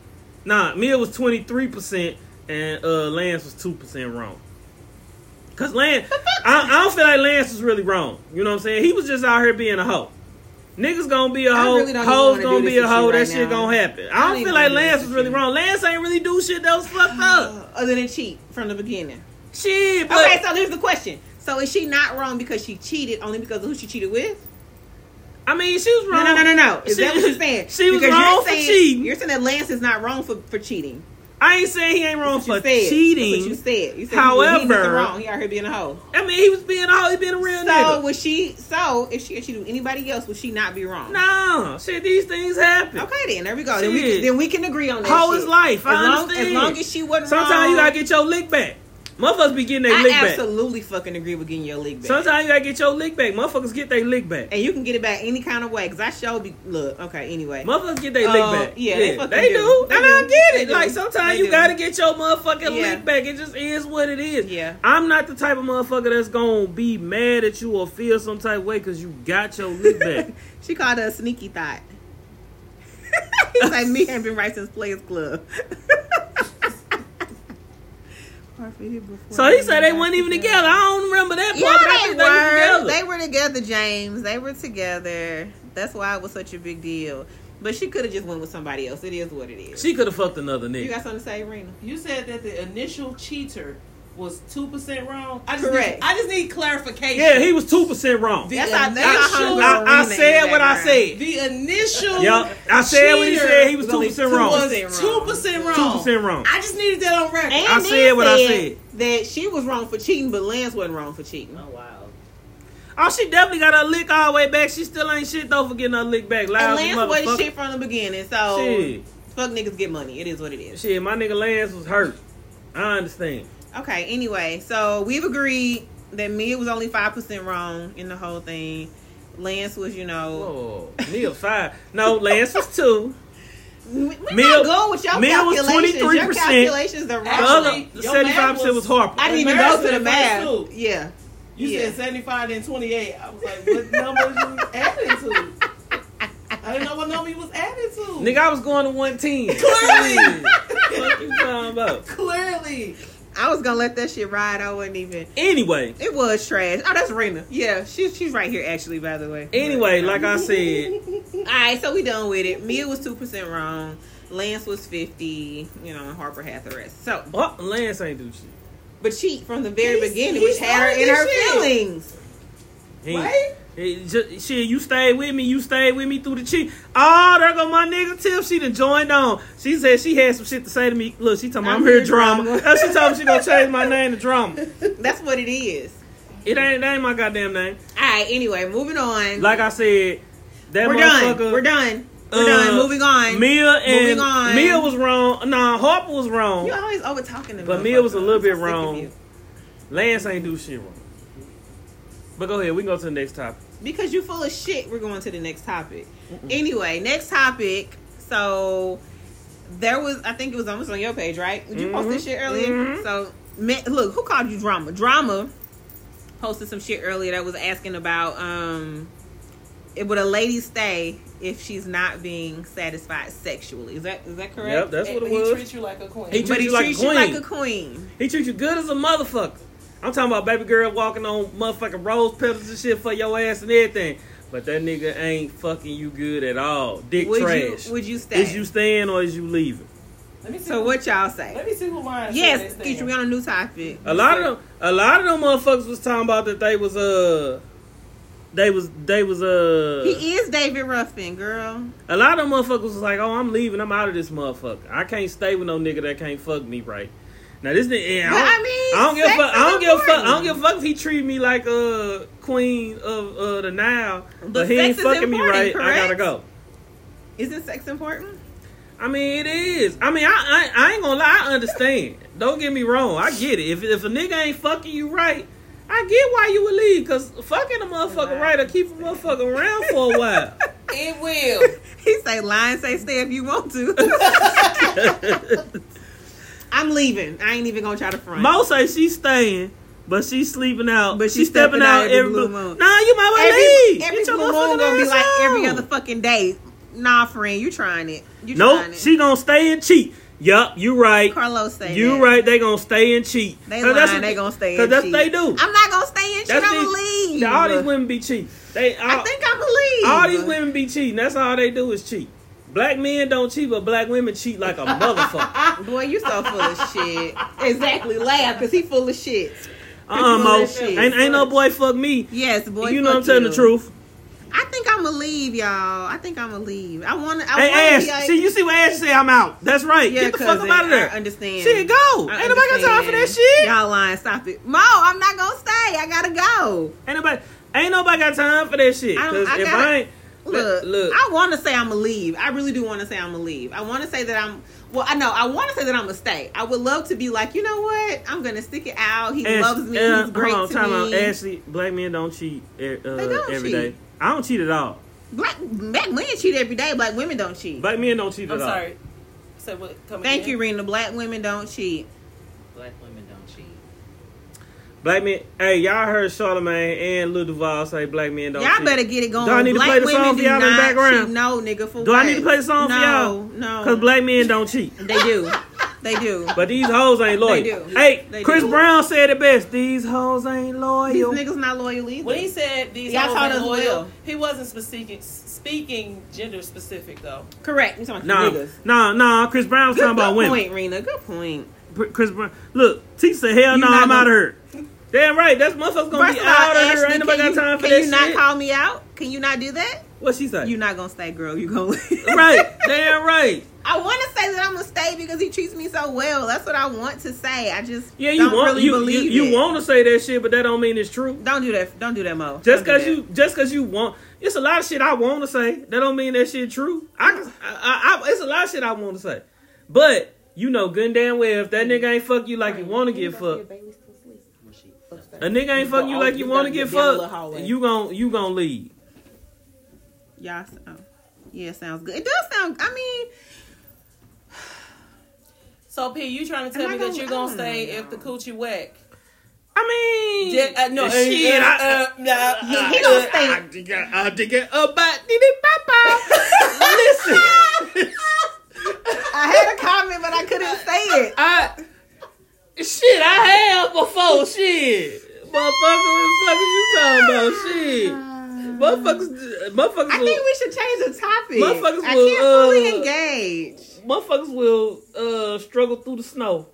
Speaker 1: Nah, Mia was twenty three percent, and uh, Lance was two percent wrong. Cause Lance, I, I don't feel like Lance was really wrong. You know what I'm saying? He was just out here being a hoe. Niggas gonna be a
Speaker 2: I
Speaker 1: hoe.
Speaker 2: really don't even
Speaker 1: Hoes
Speaker 2: wanna do
Speaker 1: gonna
Speaker 2: this
Speaker 1: be a
Speaker 2: with
Speaker 1: hoe.
Speaker 2: you
Speaker 1: that
Speaker 2: right
Speaker 1: shit
Speaker 2: now.
Speaker 1: gonna happen.
Speaker 2: I
Speaker 1: I
Speaker 2: don't
Speaker 1: don't feel
Speaker 2: even
Speaker 1: like
Speaker 2: wanna do
Speaker 1: Lance
Speaker 2: this
Speaker 1: was
Speaker 2: with
Speaker 1: really
Speaker 2: you.
Speaker 1: wrong. Lance ain't really do shit that was fucked up.
Speaker 2: uh, Other than cheat from the beginning.
Speaker 1: Shit, but
Speaker 2: Okay, so here's the question. So is she not wrong because she cheated only because of who she cheated with?
Speaker 1: I mean, she was
Speaker 2: No,
Speaker 1: wrong.
Speaker 2: no, no, no, no. Is
Speaker 1: She-
Speaker 2: that what you're saying?
Speaker 1: she was
Speaker 2: you're
Speaker 1: wrong for
Speaker 2: saying-
Speaker 1: cheating.
Speaker 2: You're saying that Lance is not wrong for, for cheating.
Speaker 1: I ain't saying he ain't wrong
Speaker 2: That's
Speaker 1: for
Speaker 2: what you said.
Speaker 1: cheating.
Speaker 2: That's what you said. You said he, did nothing
Speaker 1: However-
Speaker 2: wrong. He out here being a hoe.
Speaker 1: I mean, he was being all he being a real
Speaker 2: So
Speaker 1: nigga.
Speaker 2: was she? So if she had cheated with anybody else, would she not be wrong?
Speaker 1: No, shit, these things happen.
Speaker 2: Okay, then there we go. Then we,
Speaker 1: Shit.
Speaker 2: can, then we can agree on that.
Speaker 1: Hoe
Speaker 2: shit.
Speaker 1: is life. I
Speaker 2: As long,
Speaker 1: understand.
Speaker 2: as long as she wasn't
Speaker 1: Sometimes
Speaker 2: wrong,
Speaker 1: you gotta get your lick back. Motherfuckers be getting their lick
Speaker 2: I
Speaker 1: back.
Speaker 2: absolutely fucking agree with getting your lick back.
Speaker 1: Sometimes you gotta get your lick back. Motherfuckers get their lick back.
Speaker 2: and you can get it back any kind of way. Cause I show be look. Okay, anyway.
Speaker 1: Motherfuckers get their
Speaker 2: Oh,
Speaker 1: lick back.
Speaker 2: yeah, they
Speaker 1: they,
Speaker 2: fucking do.
Speaker 1: do.
Speaker 2: They
Speaker 1: and I
Speaker 2: do.
Speaker 1: get
Speaker 2: They
Speaker 1: it.
Speaker 2: do.
Speaker 1: Like sometimes
Speaker 2: They
Speaker 1: you
Speaker 2: do.
Speaker 1: gotta get your motherfucking
Speaker 2: Yeah.
Speaker 1: lick back. It just is what it is.
Speaker 2: Yeah.
Speaker 1: I'm not the type of motherfucker that's gonna be mad at you or feel some type of way because you got your lick back.
Speaker 2: she called her a sneaky thought. He's like, me ain't been right since Players Club.
Speaker 1: so he said they weren't even together. I don't remember that part. but I
Speaker 2: Yeah,
Speaker 1: think
Speaker 2: they
Speaker 1: was
Speaker 2: were.
Speaker 1: together.
Speaker 2: They were together, James. They were together. That's why it was such a big deal. But she could have just went with somebody else. It is what it is.
Speaker 1: She could have fucked another
Speaker 2: you
Speaker 1: nigga.
Speaker 2: got something to say, Rena?
Speaker 4: You said that the initial cheater was two percent wrong. I just
Speaker 2: Correct.
Speaker 4: Need, I just need clarification.
Speaker 1: Yeah, he was two percent wrong.
Speaker 4: The
Speaker 2: That's how. That's how
Speaker 4: initial-
Speaker 2: homegirl
Speaker 1: I, I
Speaker 2: Rena
Speaker 1: said
Speaker 2: is,
Speaker 1: what I
Speaker 2: baby.
Speaker 1: said.
Speaker 4: The initial
Speaker 1: Yup, I said what he
Speaker 4: cheater
Speaker 1: said. He was two
Speaker 2: only
Speaker 1: percent
Speaker 2: two
Speaker 1: wrong.
Speaker 2: percent.
Speaker 4: was two percent wrong.
Speaker 1: Two percent wrong.
Speaker 4: I just needed that on record.
Speaker 2: And
Speaker 1: I
Speaker 2: then
Speaker 1: said what I said.
Speaker 2: That she was wrong for cheating, but Lance wasn't wrong for cheating.
Speaker 4: oh wow.
Speaker 1: Oh, she definitely got her lick all the way back. She still ain't shit though for getting her lick back.
Speaker 2: And
Speaker 1: Lousy
Speaker 2: Lance
Speaker 1: motherfucker.
Speaker 2: wasn't shit from the beginning, so
Speaker 1: Shit.
Speaker 2: fuck niggas get money. It is what it is.
Speaker 1: Shit, my nigga Lance was hurt. I understand.
Speaker 2: Okay, anyway, so we've agreed that Mia was only five percent wrong in the whole thing. Lance was, you know,
Speaker 1: Oh, Neil five. No, Lance was two.
Speaker 2: we, we
Speaker 1: Mia-
Speaker 2: not good with your
Speaker 1: Mia was
Speaker 2: calculations. Your
Speaker 1: 23%.
Speaker 2: calculations are
Speaker 1: The
Speaker 2: wrong.
Speaker 4: Actually,
Speaker 1: other
Speaker 4: your
Speaker 1: seventy five percent was
Speaker 4: man was-
Speaker 1: Harper.
Speaker 2: I didn't even
Speaker 4: Mary
Speaker 2: go to
Speaker 4: said
Speaker 2: the
Speaker 4: first
Speaker 2: math.
Speaker 4: two.
Speaker 2: Yeah,
Speaker 4: You
Speaker 2: Yeah.
Speaker 4: said 75 and 28. I was like, what number you adding to? I didn't know what number you was adding to.
Speaker 1: Nigga, I was going to one team.
Speaker 4: Clearly.
Speaker 1: what you talking about?
Speaker 4: Clearly.
Speaker 2: I was gonna let that shit ride. I wasn't even.
Speaker 1: Anyway,
Speaker 2: It was trash. Oh, that's Rena. Yeah, she's she's right here actually. By the way.
Speaker 1: anyway, like I said,
Speaker 2: All right, so we done with it. Mia was two percent wrong. Lance was fifty. You know, and Harper had the rest. So,
Speaker 1: oh, Lance ain't do shit.
Speaker 2: but she from the very
Speaker 4: He's-
Speaker 2: beginning,
Speaker 4: he
Speaker 2: which had her
Speaker 4: started
Speaker 2: in her
Speaker 4: this shit.
Speaker 2: feelings.
Speaker 1: He-
Speaker 4: Right?
Speaker 1: It ju- shit, you stayed with me. You stayed with me through the cheat. Oh, there go my nigga Tiff. She done joined on. She said she had some shit to say to me. Look, she talking about
Speaker 2: I'm
Speaker 1: I'm, here
Speaker 2: here,
Speaker 1: drama.
Speaker 2: drama.
Speaker 1: Uh, she told me she gonna change my name to drama.
Speaker 2: That's what it is.
Speaker 1: It ain't that ain't my goddamn name.
Speaker 2: All right. Anyway, moving on.
Speaker 1: Like I said, that
Speaker 2: we're
Speaker 1: motherfucker.
Speaker 2: done. We're done. We're done.
Speaker 1: uh,
Speaker 2: Moving on.
Speaker 1: Mia and
Speaker 2: Moving on.
Speaker 1: Mia was wrong. Nah, Harper was wrong.
Speaker 2: you always over talking to me.
Speaker 1: But Mia was a little bit wrong. Lance ain't do shit wrong. But go ahead, we can go to the next topic.
Speaker 2: Because you full of shit, we're going to the next topic. Anyway, next topic. So there was, I think it was almost on your page, right? Did you post this
Speaker 1: Mhm.
Speaker 2: shit earlier?
Speaker 1: Mhm.
Speaker 2: So man, look, who called you drama? Drama posted some shit earlier that was asking about um, it, would a lady stay if she's not being satisfied sexually? Is that is that correct?
Speaker 1: Yep, that's
Speaker 4: But
Speaker 1: what it
Speaker 4: He
Speaker 1: was.
Speaker 4: treats you like a queen.
Speaker 1: He
Speaker 2: but
Speaker 1: treats
Speaker 2: he
Speaker 1: you like
Speaker 2: treats
Speaker 1: a
Speaker 2: you like
Speaker 1: queen.
Speaker 2: a queen.
Speaker 1: He treats you good as a motherfucker. I'm talking about baby girl walking on motherfucking rose petals and shit for your ass and everything. But that nigga ain't fucking you good at all. Dick
Speaker 2: Would
Speaker 1: trash.
Speaker 2: you would you stay?
Speaker 1: is you staying or is you leaving?
Speaker 4: Let me see.
Speaker 2: so
Speaker 4: who-
Speaker 2: what y'all
Speaker 4: Let
Speaker 2: say?
Speaker 4: me see who lying.
Speaker 2: Yes, Keisha, we on a new topic.
Speaker 1: A lot of them, a lot of them motherfuckers was talking about that they was uh, they was they was uh,
Speaker 2: He is David Ruffin, girl.
Speaker 1: a lot of them motherfuckers was like, oh, I'm leaving, I'm out of this motherfucker. I can't stay with no nigga that can't fuck me right. Now this nigga, and I
Speaker 2: But
Speaker 1: don't-
Speaker 2: I mean,
Speaker 1: I don't give a
Speaker 2: sex
Speaker 1: fuck.
Speaker 2: is
Speaker 1: I don't give a fuck. I don't
Speaker 2: important.
Speaker 1: give a fuck if he treat me like a queen of uh, the Nile, but,
Speaker 2: But
Speaker 1: he
Speaker 2: sex
Speaker 1: ain't
Speaker 2: is
Speaker 1: fucking me right.
Speaker 2: important,
Speaker 1: I gotta
Speaker 2: correct?
Speaker 1: go.
Speaker 2: Isn't sex important?
Speaker 1: I mean, it is. I mean, I, I I ain't gonna lie. I understand. Don't get me wrong. I get it. If if a nigga ain't fucking you right, I get why you would leave. Cause fucking a motherfucker right or keep a motherfucker around for a while.
Speaker 4: It will.
Speaker 2: He say lie and say stay if you want to. I'm leaving. I ain't even gonna try to front.
Speaker 1: Mo say she's staying, but she's sleeping out.
Speaker 2: But
Speaker 1: But she's
Speaker 2: she
Speaker 1: stepping, out every blue moon. Nah, you might want to leave.
Speaker 2: every,
Speaker 1: Get
Speaker 2: every
Speaker 1: your
Speaker 2: blue
Speaker 1: motherfucking
Speaker 2: moon gonna be
Speaker 1: ass
Speaker 2: like every
Speaker 1: on.
Speaker 2: other fucking day. Nah, friend, you trying it? You trying
Speaker 1: Nope,
Speaker 2: it?
Speaker 1: she gonna stay and cheat. Yup, you right.
Speaker 2: Carlos say
Speaker 1: You
Speaker 2: that.
Speaker 1: right. They gonna stay and cheat.
Speaker 2: They
Speaker 1: 'Cause
Speaker 2: lying.
Speaker 1: that's what
Speaker 2: they gonna stay.
Speaker 1: 'cause
Speaker 2: and
Speaker 1: that's
Speaker 2: cheat.
Speaker 1: they do.
Speaker 2: I'm not gonna stay in shit.
Speaker 1: That's
Speaker 2: I'm
Speaker 1: the-
Speaker 2: gonna leave.
Speaker 1: All these women be cheat. They all,
Speaker 2: I think I believe.
Speaker 1: all these women be cheating. That's all they do is cheat. Black men don't cheat, but black women cheat like a motherfucker.
Speaker 2: Boy, you so full of shit. Exactly. Laugh, cause he full of shit.
Speaker 1: Uh-uh,
Speaker 2: Full
Speaker 1: Mo.
Speaker 2: of shit.
Speaker 1: Ain't, ain't no boy fuck me.
Speaker 2: Yes, boy.
Speaker 1: you know
Speaker 2: fuck
Speaker 1: I'm telling the
Speaker 2: you.
Speaker 1: truth.
Speaker 2: I think I'm gonna leave, y'all. I think I'm gonna leave. I want to. I
Speaker 1: Hey,
Speaker 2: want
Speaker 1: Ash.
Speaker 2: to
Speaker 1: see, you see what Ash said? I'm out. That's right. Get the fuck up out of there.
Speaker 2: I understand.
Speaker 1: Shit, go.
Speaker 2: I
Speaker 1: Ain't nobody got time for that
Speaker 2: understand.
Speaker 1: shit.
Speaker 2: Y'all lying. Stop it. Mo, I'm not gonna stay. I gotta go.
Speaker 1: Ain't nobody, ain't nobody got time for that shit.
Speaker 2: I don't-
Speaker 1: 'Cause
Speaker 2: I
Speaker 1: if
Speaker 2: gotta-
Speaker 1: I ain't,
Speaker 2: Look,
Speaker 1: Look.
Speaker 2: I want to say I'm gonna leave. I really do want to say I'm gonna leave. I want to say that I'm. Well, I know I want to say that I'm gonna stay. I would love to be like, you know what? I'm gonna stick it out. He
Speaker 1: Ash-
Speaker 2: loves me.
Speaker 1: uh,
Speaker 2: He's great
Speaker 1: hold on,
Speaker 2: to
Speaker 1: time out.
Speaker 2: me.
Speaker 1: Ashley, black men don't cheat er, uh,
Speaker 2: They don't
Speaker 1: every
Speaker 2: cheat.
Speaker 1: day. I don't cheat at all.
Speaker 2: Black, black men cheat every day. Black women don't cheat.
Speaker 1: Black men don't cheat
Speaker 4: I'm
Speaker 1: at all.
Speaker 4: sorry. Say what? Come
Speaker 2: Thank
Speaker 4: again?
Speaker 2: you, Rena. Black women don't cheat.
Speaker 3: Black women don't cheat.
Speaker 1: Black men. Hey, y'all heard Charlamagne and Lil Duval say black men don't.
Speaker 2: y'all
Speaker 1: cheat.
Speaker 2: better get it going.
Speaker 1: Do I need to
Speaker 2: black
Speaker 1: play the
Speaker 2: women
Speaker 1: song for
Speaker 2: do
Speaker 1: y'all in the
Speaker 2: not
Speaker 1: background?
Speaker 2: Cheat. No, nigga. For
Speaker 1: Do
Speaker 2: what?
Speaker 1: I need to play the song for
Speaker 2: no,
Speaker 1: y'all?
Speaker 2: No,
Speaker 1: Cause black men don't cheat.
Speaker 2: They do. They do.
Speaker 1: But these hoes ain't loyal.
Speaker 2: They do.
Speaker 1: Hey,
Speaker 2: They
Speaker 1: Chris
Speaker 2: do.
Speaker 1: Brown said it best. These hoes ain't
Speaker 2: These
Speaker 1: loyal.
Speaker 2: niggas not loyal either.
Speaker 4: When he said these
Speaker 2: Y'all
Speaker 4: hoes
Speaker 2: taught
Speaker 4: ain't
Speaker 2: us
Speaker 4: loyal,
Speaker 2: well.
Speaker 4: he wasn't specific, speaking gender specific though.
Speaker 2: Correct. You talking
Speaker 1: Nah,
Speaker 2: about niggas?
Speaker 1: nah, nah. Chris Brown was
Speaker 2: Good,
Speaker 1: talking about
Speaker 2: good
Speaker 1: women.
Speaker 2: point, Rena. Good point.
Speaker 1: P- Chris Brown. Look, T said, hell
Speaker 2: You
Speaker 1: no,
Speaker 2: not
Speaker 1: I'm
Speaker 2: gonna-
Speaker 1: out of here. Damn right, that's motherfuckers gonna be
Speaker 2: First of all,
Speaker 1: out of here.
Speaker 2: Ashley,
Speaker 1: Ain't
Speaker 2: can
Speaker 1: nobody
Speaker 2: you,
Speaker 1: got time for
Speaker 2: can
Speaker 1: that
Speaker 2: you not
Speaker 1: shit.
Speaker 2: call me out? Can you not do that?
Speaker 1: what she say?
Speaker 2: You not gonna stay, girl. You gonna leave.
Speaker 1: right, damn right.
Speaker 2: I want to say that I'm gonna stay because he treats me so well. That's what I want to say. I just
Speaker 1: Yeah, you
Speaker 2: don't
Speaker 1: want
Speaker 2: really
Speaker 1: you, you,
Speaker 2: believe
Speaker 1: you
Speaker 2: it.
Speaker 1: want to say that shit, but that don't mean it's true.
Speaker 2: Don't do that. Don't do that, Mo.
Speaker 1: Just
Speaker 2: Don't do
Speaker 1: cause
Speaker 2: that.
Speaker 1: you, just cause you want, it's a lot of shit I want to say. That don't mean that shit true. I, can- I, I, I it's a lot of shit I want to say, but you know good and damn well if that nigga ain't fuck you like you want to get fucked,
Speaker 3: When she,
Speaker 1: a nigga ain't fuck you like you want to get fucked, you gon' you gon' leave.
Speaker 2: Y'all sound. Yeah, sounds good. It does sound. I mean,
Speaker 4: So P, you trying to tell
Speaker 2: Am I
Speaker 4: me
Speaker 2: gonna-
Speaker 4: that you're gonna
Speaker 2: I don't
Speaker 4: stay
Speaker 2: know.
Speaker 4: if the coochie whack?
Speaker 1: I mean,
Speaker 4: Did, uh, no,
Speaker 1: shit.
Speaker 4: uh,
Speaker 1: I,
Speaker 4: uh, nah,
Speaker 2: he, he gonna stay.
Speaker 1: I dig it. I dig it about Diddy Papa. Listen,
Speaker 2: I had a comment, but I couldn't say it.
Speaker 1: I shit. I have before shit. Motherfucker, what the fuck is you talking about? Shit, Oh, motherfuckers, motherfuckers
Speaker 2: Um, I think
Speaker 1: will,
Speaker 2: we should change the topic.
Speaker 1: Motherfuckers
Speaker 2: I
Speaker 1: will,
Speaker 2: can't
Speaker 1: uh,
Speaker 2: fully engage.
Speaker 1: motherfuckers will uh, struggle through the snow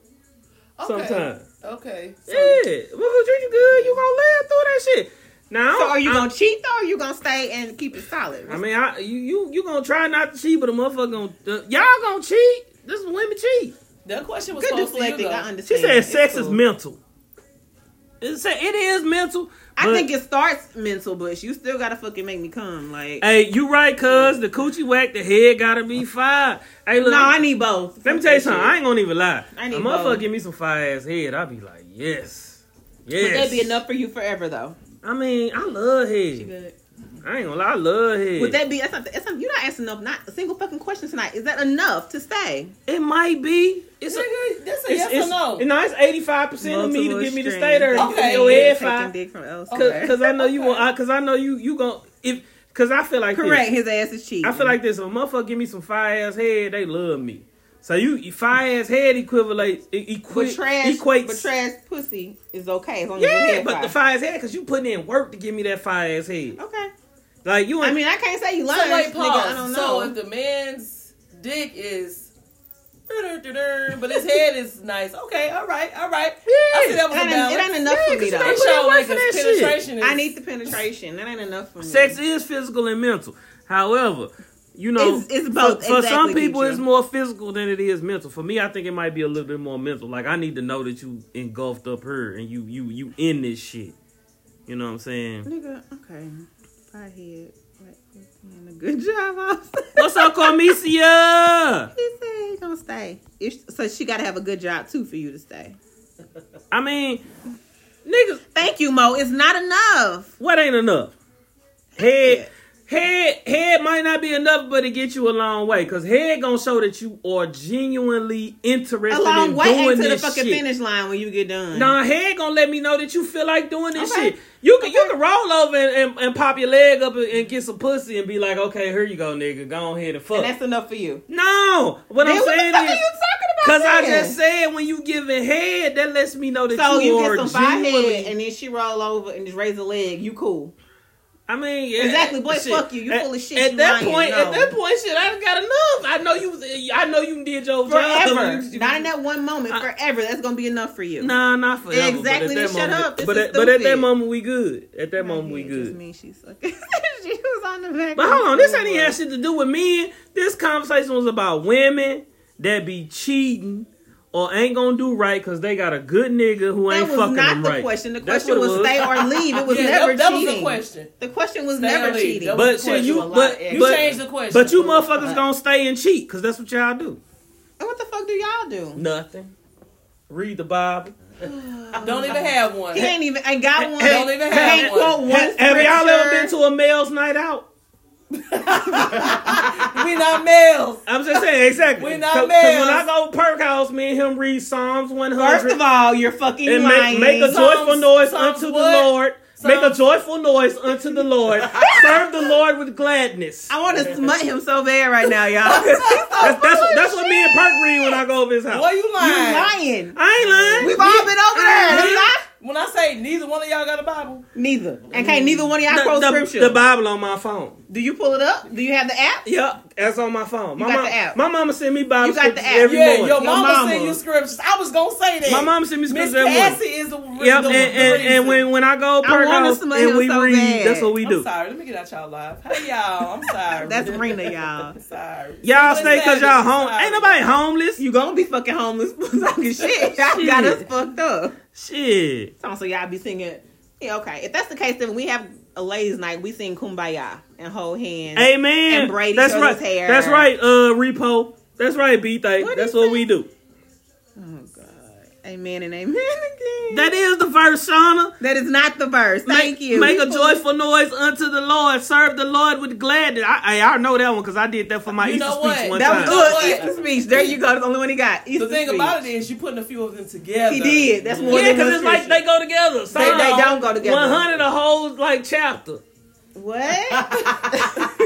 Speaker 4: Okay.
Speaker 1: sometimes.
Speaker 4: Okay. So,
Speaker 1: Yeah, motherfuckers treat you good. You gonna live through that shit. Now,
Speaker 2: So are you
Speaker 1: I-
Speaker 2: gonna cheat though? Or you gonna stay and keep it solid?
Speaker 1: I mean, I, you you you gonna try not to cheat, but a motherfucker gonna uh, y'all gonna cheat. This is women cheat.
Speaker 4: that question was
Speaker 2: good
Speaker 4: supposed to you
Speaker 2: deflecting.
Speaker 4: though.
Speaker 2: I
Speaker 1: She
Speaker 2: understand.
Speaker 1: said
Speaker 2: It's
Speaker 1: sex is
Speaker 2: cool.
Speaker 1: mental. It's, a- it is mental.
Speaker 2: I
Speaker 1: but-
Speaker 2: think it starts mental, but you still gotta fucking make me come. Like,
Speaker 1: Hey, you right, cuz the coochie whack, the head gotta be fire. Hey, look.
Speaker 2: no, I need both.
Speaker 1: let me tell you something. I ain't gonna even lie.
Speaker 2: I need
Speaker 1: a motherfucker
Speaker 2: both.
Speaker 1: give me some fire ass head. I'll be like, yes, yes.
Speaker 2: Would that be enough for you forever though?
Speaker 1: I mean, I love head. I ain't gonna lie, I love head.
Speaker 2: Would that be? That's not, that's not, you're not asking enough. Not a single fucking question tonight. Is that enough to stay?
Speaker 1: it might be. It's a,
Speaker 4: Nigga, that's a
Speaker 1: it's,
Speaker 4: yes
Speaker 1: it's,
Speaker 4: or no.
Speaker 1: you know, it's eighty five percent of me to
Speaker 2: Multiple
Speaker 1: get me to
Speaker 2: strings.
Speaker 1: stay there. and
Speaker 4: Okay.
Speaker 1: Give me your head
Speaker 2: Taking
Speaker 1: five.
Speaker 2: dick from elsewhere.
Speaker 1: Because I know you
Speaker 4: Okay.
Speaker 1: want. Because I know you you gonna if. Because I feel like this.
Speaker 2: Correct. His ass is cheating.
Speaker 1: I feel like this. If a motherfucker give me some fire ass head, they love me. So you you fire ass head equivalates e-
Speaker 2: but
Speaker 1: equi-
Speaker 2: trash,
Speaker 1: equates.
Speaker 2: but trash pussy is okay as long as your
Speaker 1: yeah,
Speaker 2: head
Speaker 1: but
Speaker 2: fine.
Speaker 1: the fire ass head because you putting in work to give me that fire ass head.
Speaker 2: okay.
Speaker 1: Like you ain't.
Speaker 2: I mean, I can't say you lying,
Speaker 4: So wait,
Speaker 2: nigga.
Speaker 4: pause.
Speaker 2: I don't
Speaker 4: So
Speaker 2: know.
Speaker 4: if the man's dick is, but his head is nice. Okay, all right, all right. I see that was
Speaker 2: it,
Speaker 4: a
Speaker 2: ain't, it ain't
Speaker 4: balance.
Speaker 2: enough
Speaker 1: Yeah,
Speaker 2: for me
Speaker 1: 'cause you
Speaker 2: though.
Speaker 1: ain't
Speaker 4: It
Speaker 1: put in
Speaker 4: show
Speaker 1: work for that
Speaker 4: niggas
Speaker 1: shit.
Speaker 4: penetration is.
Speaker 2: I need the penetration. That ain't enough for me.
Speaker 1: Sex is physical and mental. However, you know,
Speaker 2: It's- it's both,
Speaker 1: For, for some
Speaker 2: exactly,
Speaker 1: people,
Speaker 2: Keisha.
Speaker 1: it's more physical than it is mental. For me, I think it might be a little bit more mental. Like I need to know that you engulfed up her and you you you in this shit. You know what I'm saying?
Speaker 2: Nigga, okay. I head. Like, man, a good job. Also.
Speaker 1: What's up, Cormicia?
Speaker 2: he said he gonna stay. If, so she gotta have a good job too for you to stay.
Speaker 1: I mean, niggas,
Speaker 2: Thank you, Mo. It's not enough.
Speaker 1: what ain't enough? Head, head, head might not be enough, but it get you a long way. Cause head gonna show that you are genuinely interested
Speaker 2: A long
Speaker 1: in
Speaker 2: way
Speaker 1: doing
Speaker 2: into the
Speaker 1: this
Speaker 2: fucking
Speaker 1: shit.
Speaker 2: finish line when you get done.
Speaker 1: Nah, head gonna let me know that you feel like doing this
Speaker 2: Okay.
Speaker 1: shit. You can you can roll over and, and, and pop your leg up and, and get some pussy and be like, okay, here you go, nigga, go on here and fuck.
Speaker 2: And that's enough for you.
Speaker 1: no, what
Speaker 2: Then
Speaker 1: I'm
Speaker 2: what the
Speaker 1: saying
Speaker 2: fuck are
Speaker 1: is,
Speaker 2: you talking about?
Speaker 1: cause I
Speaker 2: then?
Speaker 1: just said when you giving head, that lets me know that
Speaker 2: so
Speaker 1: you,
Speaker 2: you
Speaker 1: are
Speaker 2: get some fire
Speaker 1: genuinely.
Speaker 2: head and then she roll over and just raise a leg. You cool.
Speaker 1: I mean, yeah,
Speaker 2: Exactly, boy, fuck you, you
Speaker 1: at,
Speaker 2: full of shit,
Speaker 1: At
Speaker 2: you
Speaker 1: that
Speaker 2: lying,
Speaker 1: point, at
Speaker 2: no.
Speaker 1: that point, shit, I done got enough. I know you, was- I know you did your
Speaker 2: Forever.
Speaker 1: job.
Speaker 2: Not in that one moment.
Speaker 1: I-
Speaker 2: forever. That's gonna be enough for you.
Speaker 1: Nah, not forever. but at
Speaker 2: Exactly, then
Speaker 1: that
Speaker 2: shut
Speaker 1: moment-
Speaker 2: up, this
Speaker 1: But
Speaker 2: is
Speaker 1: at, but at that
Speaker 2: stupid.
Speaker 1: moment, we good. At that moment, we
Speaker 2: Right here,
Speaker 1: good.
Speaker 2: Just mean she's sucking. she was on the back.
Speaker 1: But
Speaker 2: of
Speaker 1: hold
Speaker 2: the
Speaker 1: on, this
Speaker 2: school
Speaker 1: ain't even
Speaker 2: bus.
Speaker 1: had shit to do with men. This conversation was about women that be cheating or ain't gonna do right because they got a good nigga who
Speaker 2: That
Speaker 1: ain't
Speaker 2: was
Speaker 1: fucking
Speaker 2: not
Speaker 1: them
Speaker 2: the
Speaker 1: right.
Speaker 2: question. The
Speaker 1: That's
Speaker 2: question
Speaker 1: what
Speaker 2: was,
Speaker 1: it
Speaker 2: stay or leave. It was
Speaker 4: Yeah,
Speaker 2: never
Speaker 4: that, that was
Speaker 2: cheating.
Speaker 4: the question.
Speaker 2: The question was
Speaker 4: Stay or
Speaker 2: never
Speaker 4: leave.
Speaker 2: cheating.
Speaker 4: That was-
Speaker 1: But shit, you
Speaker 4: a lot,
Speaker 1: but
Speaker 4: yeah. You
Speaker 1: but,
Speaker 4: changed the question.
Speaker 1: But you
Speaker 4: That was
Speaker 1: motherfuckers gonna stay and cheat because that's what y'all do.
Speaker 2: And what the fuck do y'all do?
Speaker 1: Nothing. Read the Bible.
Speaker 4: Don't even have one.
Speaker 2: He ain't even ain't got one.
Speaker 4: Don't even have
Speaker 2: Can't
Speaker 4: one.
Speaker 2: quote one
Speaker 1: Ha- have y'all ever been
Speaker 2: scripture.
Speaker 1: to a male's night out?
Speaker 4: We not males.
Speaker 1: I'm just saying, exactly.
Speaker 4: We not
Speaker 1: Because when I
Speaker 4: males.
Speaker 1: go to Perk House, me and him read Psalms 100.
Speaker 2: First of all, you're fucking
Speaker 1: and
Speaker 2: lying.
Speaker 1: make, make a
Speaker 4: Psalms-
Speaker 1: joyful noise
Speaker 4: Psalms
Speaker 1: unto
Speaker 4: what?
Speaker 1: the Lord. Make a
Speaker 4: Psalms-
Speaker 1: joyful noise unto the Lord. Serve the Lord with gladness.
Speaker 4: Oh,
Speaker 2: I want to smut him so bad right now, y'all.
Speaker 1: That's, that's, what- that's what me and Perk read when I go over his house.
Speaker 4: Why you lying?
Speaker 2: you lying.
Speaker 1: I ain't lying.
Speaker 2: We've all been over there.
Speaker 1: I-
Speaker 2: Did I?
Speaker 4: When I say neither one of y'all got a Bible,
Speaker 2: Neither. Okay, neither one of y'all
Speaker 1: The,
Speaker 2: quote
Speaker 1: the,
Speaker 2: scripture.
Speaker 1: the Bible on my phone.
Speaker 2: do you pull it up? Do you have the app?
Speaker 1: Yep, that's on my phone. My
Speaker 2: got
Speaker 1: mom,
Speaker 2: the app.
Speaker 1: My mama sent me Bible
Speaker 2: You got the
Speaker 1: scriptures
Speaker 2: app.
Speaker 1: every
Speaker 4: yeah,
Speaker 1: morning.
Speaker 4: your
Speaker 2: Your
Speaker 4: mama,
Speaker 2: mama.
Speaker 4: send you scriptures. I was gonna say that.
Speaker 1: my mom sent me
Speaker 4: Miss
Speaker 1: scriptures every morning.
Speaker 4: Cassie is the real
Speaker 1: Yep, and, and, and when, when I go
Speaker 2: I
Speaker 1: Perk
Speaker 2: wanna
Speaker 1: House
Speaker 2: smell him
Speaker 1: and we
Speaker 2: so
Speaker 1: read,
Speaker 2: bad.
Speaker 1: that's what we
Speaker 4: I'm
Speaker 1: do.
Speaker 4: sorry. Let me get out y'all live. Hey y'all, I'm sorry.
Speaker 2: That's Rena, y'all.
Speaker 4: I'm sorry.
Speaker 1: Y'all
Speaker 4: What's
Speaker 1: stay because y'all
Speaker 4: that?
Speaker 1: home. Ain't nobody homeless.
Speaker 2: You gonna be fucking homeless talking shit. Y'all got us fucked up.
Speaker 1: Shit.
Speaker 2: song, so y'all be singing. Yeah, okay. If that's the case, then we have a ladies' night. We sing "Kumbaya" and hold hands.
Speaker 1: Amen.
Speaker 2: And Brady
Speaker 1: That's
Speaker 2: showed
Speaker 1: right.
Speaker 2: his hair.
Speaker 1: That's right. Uh, repo. That's right. B thing.
Speaker 2: What'd
Speaker 1: That's
Speaker 2: he
Speaker 1: what
Speaker 2: say?
Speaker 1: we do.
Speaker 2: Oh God, amen and amen again.
Speaker 1: That is the verse, Shauna.
Speaker 2: that is not the verse. Thank
Speaker 1: make,
Speaker 2: you.
Speaker 1: Make a joyful noise unto the Lord. Serve the Lord with gladness. I I, I know that one because I did that for my
Speaker 4: You
Speaker 1: Easter
Speaker 4: know
Speaker 1: speech
Speaker 4: what?
Speaker 1: one
Speaker 2: That
Speaker 1: time.
Speaker 2: was
Speaker 4: You know
Speaker 2: good.
Speaker 4: what?
Speaker 2: Easter speech. There you go. That's the only one he got. Easter
Speaker 4: The thing
Speaker 2: speech.
Speaker 4: about it is, you putting a few of them together.
Speaker 2: he did. That's more
Speaker 1: yeah,
Speaker 2: than
Speaker 1: because
Speaker 2: one
Speaker 1: it's like
Speaker 2: scripture.
Speaker 1: they go together.
Speaker 2: They- they don't go together.
Speaker 1: One hundred a whole like chapter.
Speaker 2: what?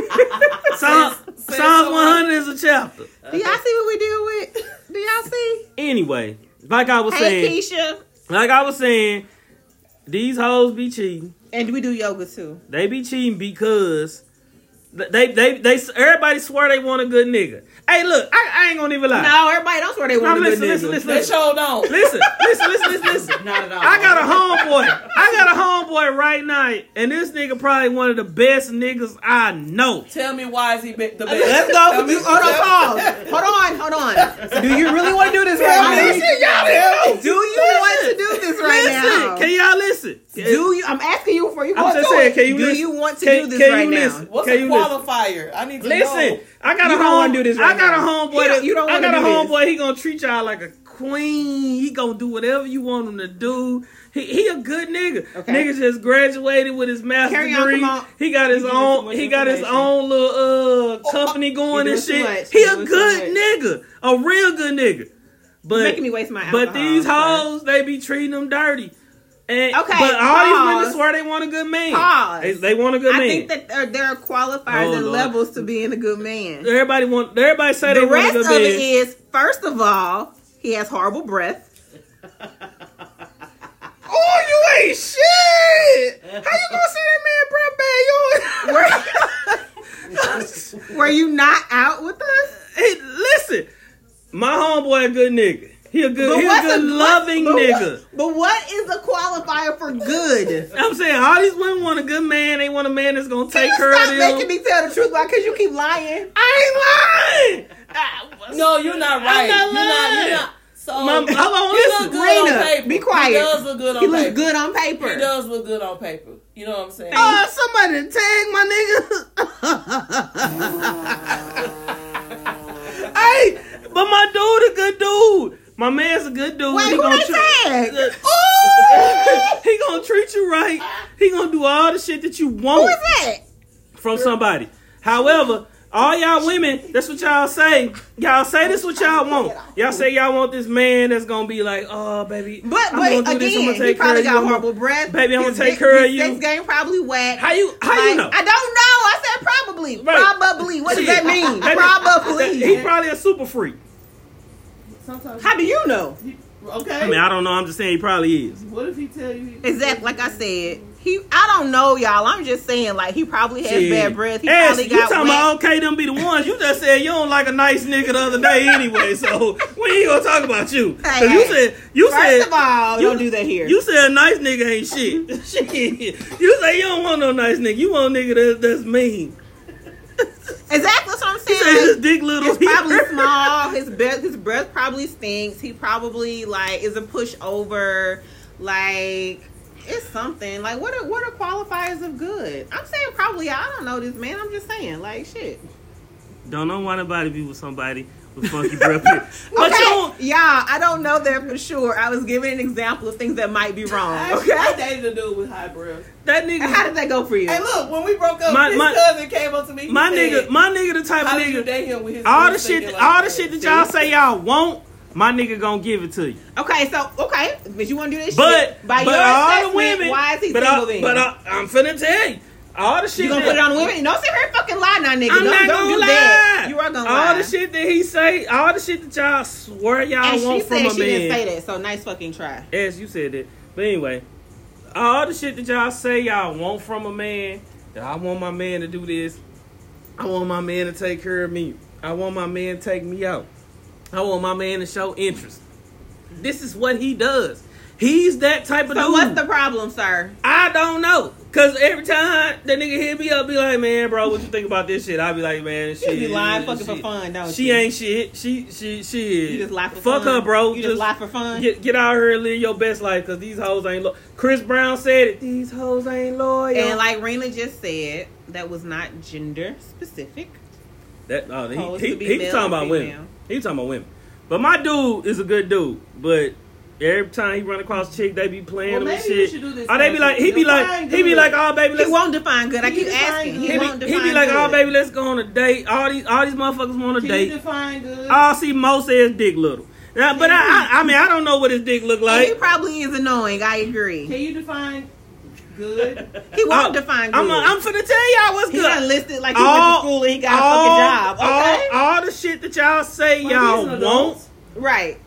Speaker 1: Psalms,
Speaker 4: says
Speaker 1: Psalms
Speaker 4: so.
Speaker 1: one hundred is a chapter.
Speaker 2: Do y'all see what we deal with? Do y'all see?
Speaker 1: Anyway, like I was saying,
Speaker 2: Hey, Keisha.
Speaker 1: like I was saying, these hoes be cheating.
Speaker 2: And we do yoga too.
Speaker 1: They be cheating because they they they everybody swear they want a good nigga. Hey, look, I, I ain't gonna even lie.
Speaker 2: No, everybody don't swear they
Speaker 1: No,
Speaker 2: want to
Speaker 1: listen,
Speaker 2: good
Speaker 1: listen,
Speaker 2: nigga.
Speaker 1: listen,
Speaker 4: They
Speaker 1: listen,
Speaker 4: showed on.
Speaker 1: listen, listen, listen, listen, listen.
Speaker 3: Not at all.
Speaker 1: I got a homeboy. I got a homeboy right now, and this nigga probably one of the best niggas I know.
Speaker 4: Tell me why is he be- the best?
Speaker 2: Let's
Speaker 4: Tell
Speaker 2: go.
Speaker 4: me-
Speaker 2: Do, hold on, pause. Hold on, hold on. Do you really want to do this right now?
Speaker 1: Listen, y'all
Speaker 2: Do you want to do this right now?
Speaker 1: listen. Can y'all listen?
Speaker 2: do you? I'm asking you for you.
Speaker 1: I'm
Speaker 2: want
Speaker 1: just
Speaker 2: to
Speaker 1: saying,
Speaker 2: it.
Speaker 1: can you
Speaker 2: do
Speaker 1: listen-
Speaker 2: you want to
Speaker 1: can-
Speaker 2: do this
Speaker 1: can
Speaker 2: right
Speaker 1: you
Speaker 2: now?
Speaker 1: listen?
Speaker 4: What's
Speaker 1: Can
Speaker 4: the
Speaker 1: you listen?
Speaker 4: qualifier? I need to
Speaker 1: Listen,
Speaker 4: know.
Speaker 1: I got
Speaker 2: You
Speaker 1: a
Speaker 2: don't
Speaker 1: home.
Speaker 2: wanna do this
Speaker 1: I
Speaker 2: right
Speaker 1: got
Speaker 2: now.
Speaker 1: a homeboy.
Speaker 2: You don't-
Speaker 1: that,
Speaker 2: you don't
Speaker 1: I
Speaker 2: wanna
Speaker 1: got a
Speaker 2: do this.
Speaker 1: homeboy. He gonna treat y'all like a queen. He gonna do whatever you want him to do. He, he a good nigga.
Speaker 2: Okay.
Speaker 1: Nigga just graduated with his master's
Speaker 2: Carry on,
Speaker 1: degree.
Speaker 2: come on.
Speaker 1: he got his
Speaker 2: You giving too
Speaker 1: own.
Speaker 2: much
Speaker 1: He got his
Speaker 2: information.
Speaker 1: own little uh company going
Speaker 2: You
Speaker 1: and
Speaker 2: doing
Speaker 1: shit.
Speaker 2: too much.
Speaker 1: He
Speaker 2: You
Speaker 1: a
Speaker 2: doing too
Speaker 1: good nigga, a real good nigga.
Speaker 2: You're
Speaker 1: But
Speaker 2: making me waste my alcohol.
Speaker 1: but these
Speaker 2: Sorry.
Speaker 1: hoes, they be treating them dirty. And,
Speaker 2: Okay,
Speaker 1: but all these women
Speaker 2: pause.
Speaker 1: swear they want a good man.
Speaker 2: Pause.
Speaker 1: They, they want a good
Speaker 2: I
Speaker 1: man.
Speaker 2: think that there, there are qualifiers
Speaker 1: Oh,
Speaker 2: and
Speaker 1: Lord.
Speaker 2: levels to being a good man.
Speaker 1: everybody want. Everybody say they
Speaker 2: the
Speaker 1: want a
Speaker 2: rest
Speaker 1: good
Speaker 2: of
Speaker 1: man.
Speaker 2: it is, first of all, he has horrible breath.
Speaker 1: Oh, you ain't shit! How you gonna say that man
Speaker 2: Were,
Speaker 1: breath bad? You
Speaker 2: were you not out with us?
Speaker 1: hey, listen, my homeboy a good nigga. He a good, he a
Speaker 2: what's
Speaker 1: good loving
Speaker 2: what- but
Speaker 1: nigga.
Speaker 2: What, but what is a qualifier for good?
Speaker 1: I'm saying all these women want a good man. They want a man that's gonna
Speaker 2: Can
Speaker 1: take
Speaker 2: you
Speaker 1: care of
Speaker 2: stop
Speaker 1: them.
Speaker 2: making me tell the truth? Why? Because you keep lying.
Speaker 1: I ain't lying. I-
Speaker 4: No, you're not right.
Speaker 1: not
Speaker 4: you're not.
Speaker 1: lying.
Speaker 4: You're not.
Speaker 2: Oh,
Speaker 4: So
Speaker 1: Mom,
Speaker 4: he
Speaker 1: hold on,
Speaker 4: look
Speaker 1: Oh, listen.
Speaker 4: good on
Speaker 2: Rena,
Speaker 4: paper.
Speaker 2: be quiet.
Speaker 4: He does look good on
Speaker 2: He
Speaker 4: paper.
Speaker 2: looks good on paper.
Speaker 4: He does look good on paper. You know what I'm saying?
Speaker 1: Uh,
Speaker 2: Oh, somebody tag my nigga.
Speaker 1: Hey, but my dude a good dude. My man's a good dude.
Speaker 2: Wait,
Speaker 1: He
Speaker 2: who
Speaker 1: gonna Oh.
Speaker 2: they tag?
Speaker 1: Look.
Speaker 2: Ooh!
Speaker 1: he gonna treat you right. He gonna do all the shit that you want.
Speaker 2: Who is that?
Speaker 1: from somebody. However, all y'all women, that's what y'all say. Y'all say this what y'all want. Y'all say y'all want this man that's gonna be like, oh baby,
Speaker 2: But
Speaker 1: I'm
Speaker 2: but
Speaker 1: gonna do this, I'm
Speaker 2: again,
Speaker 1: gonna
Speaker 2: he
Speaker 1: take care of
Speaker 2: probably
Speaker 1: you. I'm
Speaker 2: got
Speaker 1: gonna-
Speaker 2: horrible breath.
Speaker 1: Baby, I'm gonna
Speaker 2: His
Speaker 1: take
Speaker 2: dick-
Speaker 1: care of
Speaker 2: his
Speaker 1: you.
Speaker 2: Sex game probably whack.
Speaker 1: How you how
Speaker 2: Like,
Speaker 1: you know?
Speaker 2: I don't know. I said probably.
Speaker 1: Right.
Speaker 2: Probably. What does
Speaker 1: Shit.
Speaker 2: that mean?
Speaker 1: That-
Speaker 2: probably.
Speaker 1: He probably a super freak.
Speaker 4: Sometimes.
Speaker 2: How do you know?
Speaker 4: Okay.
Speaker 1: I mean, I don't know. I'm just saying he probably is.
Speaker 4: what if he tell you?
Speaker 2: Exactly. Like I said, he. I don't know, y'all. I'm just saying, like he probably has
Speaker 1: Shit.
Speaker 2: bad breath. He
Speaker 1: Ass,
Speaker 2: probably
Speaker 1: you
Speaker 2: got
Speaker 1: talking
Speaker 2: wet.
Speaker 1: about okay? Them be the ones. You just said you don't like a nice nigga the other day anyway. So we ain't gonna talk about you. 'Cause
Speaker 2: Hey,
Speaker 1: you
Speaker 2: hey.
Speaker 1: said you
Speaker 2: First
Speaker 1: said
Speaker 2: of all,
Speaker 1: you-
Speaker 2: don't do that here.
Speaker 1: You say a nice nigga ain't shit. shit. You say you don't want no nice nigga. You want a nigga that, that's mean.
Speaker 2: exactly. That's what I'm
Speaker 1: You say his
Speaker 2: saying.
Speaker 1: dick little.
Speaker 2: It's probably
Speaker 1: here.
Speaker 2: small. His breath, his breath probably stinks. He probably like is a pushover. Like it's something. Like what are what are qualifiers of good? I'm saying probably. I don't know this man. I'm just saying like shit.
Speaker 1: Don't know why nobody be with somebody with funky breath. But you don't.
Speaker 2: okay, yeah, I don't know that for sure. I was giving an example of things that might be wrong.
Speaker 4: I, okay. I
Speaker 2: Okay,
Speaker 4: dated a dude with high breath.
Speaker 1: That
Speaker 2: And how
Speaker 1: nigga.
Speaker 2: did that go for you?
Speaker 4: Hey, look, when we broke up,
Speaker 1: My-
Speaker 4: his
Speaker 1: my-
Speaker 4: cousin came up to me. he
Speaker 1: My
Speaker 4: said,
Speaker 1: nigga. My nigga. The type
Speaker 4: How
Speaker 1: of
Speaker 4: do you
Speaker 1: nigga.
Speaker 4: date him with his
Speaker 1: All the
Speaker 4: voice
Speaker 1: shit.
Speaker 4: thinking like
Speaker 1: all the shit that y'all
Speaker 4: See?
Speaker 1: say y'all want. My nigga gonna give it to you.
Speaker 2: Okay, so okay, but you want to do this
Speaker 1: But
Speaker 2: shit by
Speaker 1: but
Speaker 2: your
Speaker 1: all
Speaker 2: assessment,
Speaker 1: the women.
Speaker 2: Why is he
Speaker 1: but
Speaker 2: single
Speaker 1: I,
Speaker 2: then?
Speaker 1: But I, I'm finna tell you. All the shit.
Speaker 2: you gonna
Speaker 1: that-
Speaker 2: put it on the women? Don't sit here and fucking lie, now, nigga.
Speaker 1: I'm
Speaker 2: don't,
Speaker 1: not
Speaker 2: don't
Speaker 1: gonna
Speaker 2: do
Speaker 1: lie.
Speaker 2: that. You are gonna
Speaker 1: all
Speaker 2: lie.
Speaker 1: the shit that he say, all the shit that y'all swear y'all
Speaker 2: and she
Speaker 1: want from
Speaker 2: said
Speaker 1: a
Speaker 2: she
Speaker 1: man.
Speaker 2: didn't say that, so nice fucking try.
Speaker 1: As you said that, but anyway, all the shit that y'all say y'all want from a man. That I want my man to do this. I want my man to take care of me. I want my man to take me out. I want my man to show interest. This is what he does. He's that type of
Speaker 2: So
Speaker 1: dude.
Speaker 2: what's the problem, sir?
Speaker 1: I don't know. Cause every time that nigga hit me up, be like, "Man, bro, what you think about this shit?" I be like, "Man,
Speaker 2: You
Speaker 1: shit,
Speaker 2: just be lying fucking
Speaker 1: shit.
Speaker 2: for fun, don't
Speaker 1: She
Speaker 2: you?
Speaker 1: ain't shit. She she she.
Speaker 2: You just lie for
Speaker 1: Fuck
Speaker 2: fun.
Speaker 1: her, bro.
Speaker 2: You just, lie for fun.
Speaker 1: Get get out here and live your best life, cause these hoes ain't loyal. Chris Brown said it. These hoes ain't loyal.
Speaker 2: and like Rena just said, that was not gender specific.
Speaker 1: that, oh,
Speaker 2: hoes
Speaker 1: he he,
Speaker 2: could be
Speaker 1: he was
Speaker 2: male
Speaker 1: talking
Speaker 2: or
Speaker 1: about
Speaker 2: female.
Speaker 1: women. He was talking about women. But my dude is a good dude. But every time he run across chick, they be playing
Speaker 4: Well,
Speaker 1: him and
Speaker 4: maybe you
Speaker 1: shit.
Speaker 4: should do this
Speaker 1: Oh, they be
Speaker 4: thing.
Speaker 1: like, he be
Speaker 4: You're
Speaker 1: like,
Speaker 4: fine,
Speaker 1: he be
Speaker 4: dude.
Speaker 1: like, oh baby,
Speaker 2: He
Speaker 1: let's
Speaker 2: won't define good. I
Speaker 4: He
Speaker 2: keep
Speaker 4: define
Speaker 2: asking.
Speaker 4: good.
Speaker 2: He,
Speaker 1: He
Speaker 2: won't
Speaker 1: be, he
Speaker 2: define
Speaker 1: be like,
Speaker 2: good.
Speaker 1: oh baby, let's go on a date. All these all these motherfuckers want a
Speaker 4: Can you
Speaker 1: date.
Speaker 4: define good?
Speaker 1: All I see most is dick little. Now, but I, I I mean I don't know what his dick look
Speaker 2: And
Speaker 1: like.
Speaker 2: he probably is annoying. I agree.
Speaker 4: Can you define good?
Speaker 2: He won't
Speaker 1: I-
Speaker 2: define good.
Speaker 1: I'm i I'm finna tell y'all what's
Speaker 2: He
Speaker 1: good.
Speaker 2: got listed like he went
Speaker 1: All-
Speaker 2: to school and he got a fucking
Speaker 1: all,
Speaker 2: job. Okay,
Speaker 1: all, all the shit that y'all say
Speaker 4: Well,
Speaker 1: y'all
Speaker 4: these are
Speaker 1: want,
Speaker 4: adults.
Speaker 2: right.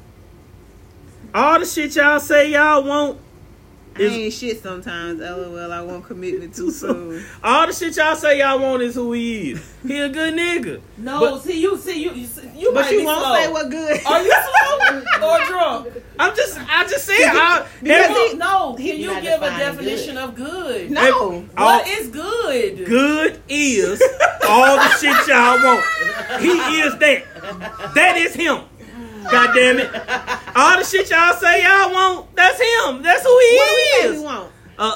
Speaker 1: all the shit y'all say y'all want,
Speaker 2: I
Speaker 1: Is-
Speaker 2: ain't shit sometimes. LOL. I want commitment too soon.
Speaker 1: all the shit y'all say y'all want is who he is. He a good nigga.
Speaker 4: No,
Speaker 1: But-
Speaker 4: see you, see you, you, you might
Speaker 2: But you
Speaker 4: be
Speaker 2: won't
Speaker 4: slow.
Speaker 2: say what good.
Speaker 4: Are you slow or drunk?
Speaker 1: I'm just I just said I,
Speaker 2: Because
Speaker 1: every-
Speaker 2: he-
Speaker 4: no,
Speaker 2: he
Speaker 4: can
Speaker 2: be
Speaker 4: you
Speaker 2: not
Speaker 4: give a
Speaker 2: defining
Speaker 4: definition of good?
Speaker 2: No.
Speaker 1: all-
Speaker 4: What is good?
Speaker 1: Oh. good is all the shit y'all want. He is that. That is him. God damn it. All the shit y'all say y'all want, that's him. That's who he
Speaker 2: What do we say we
Speaker 1: is.
Speaker 2: want?
Speaker 1: A, a,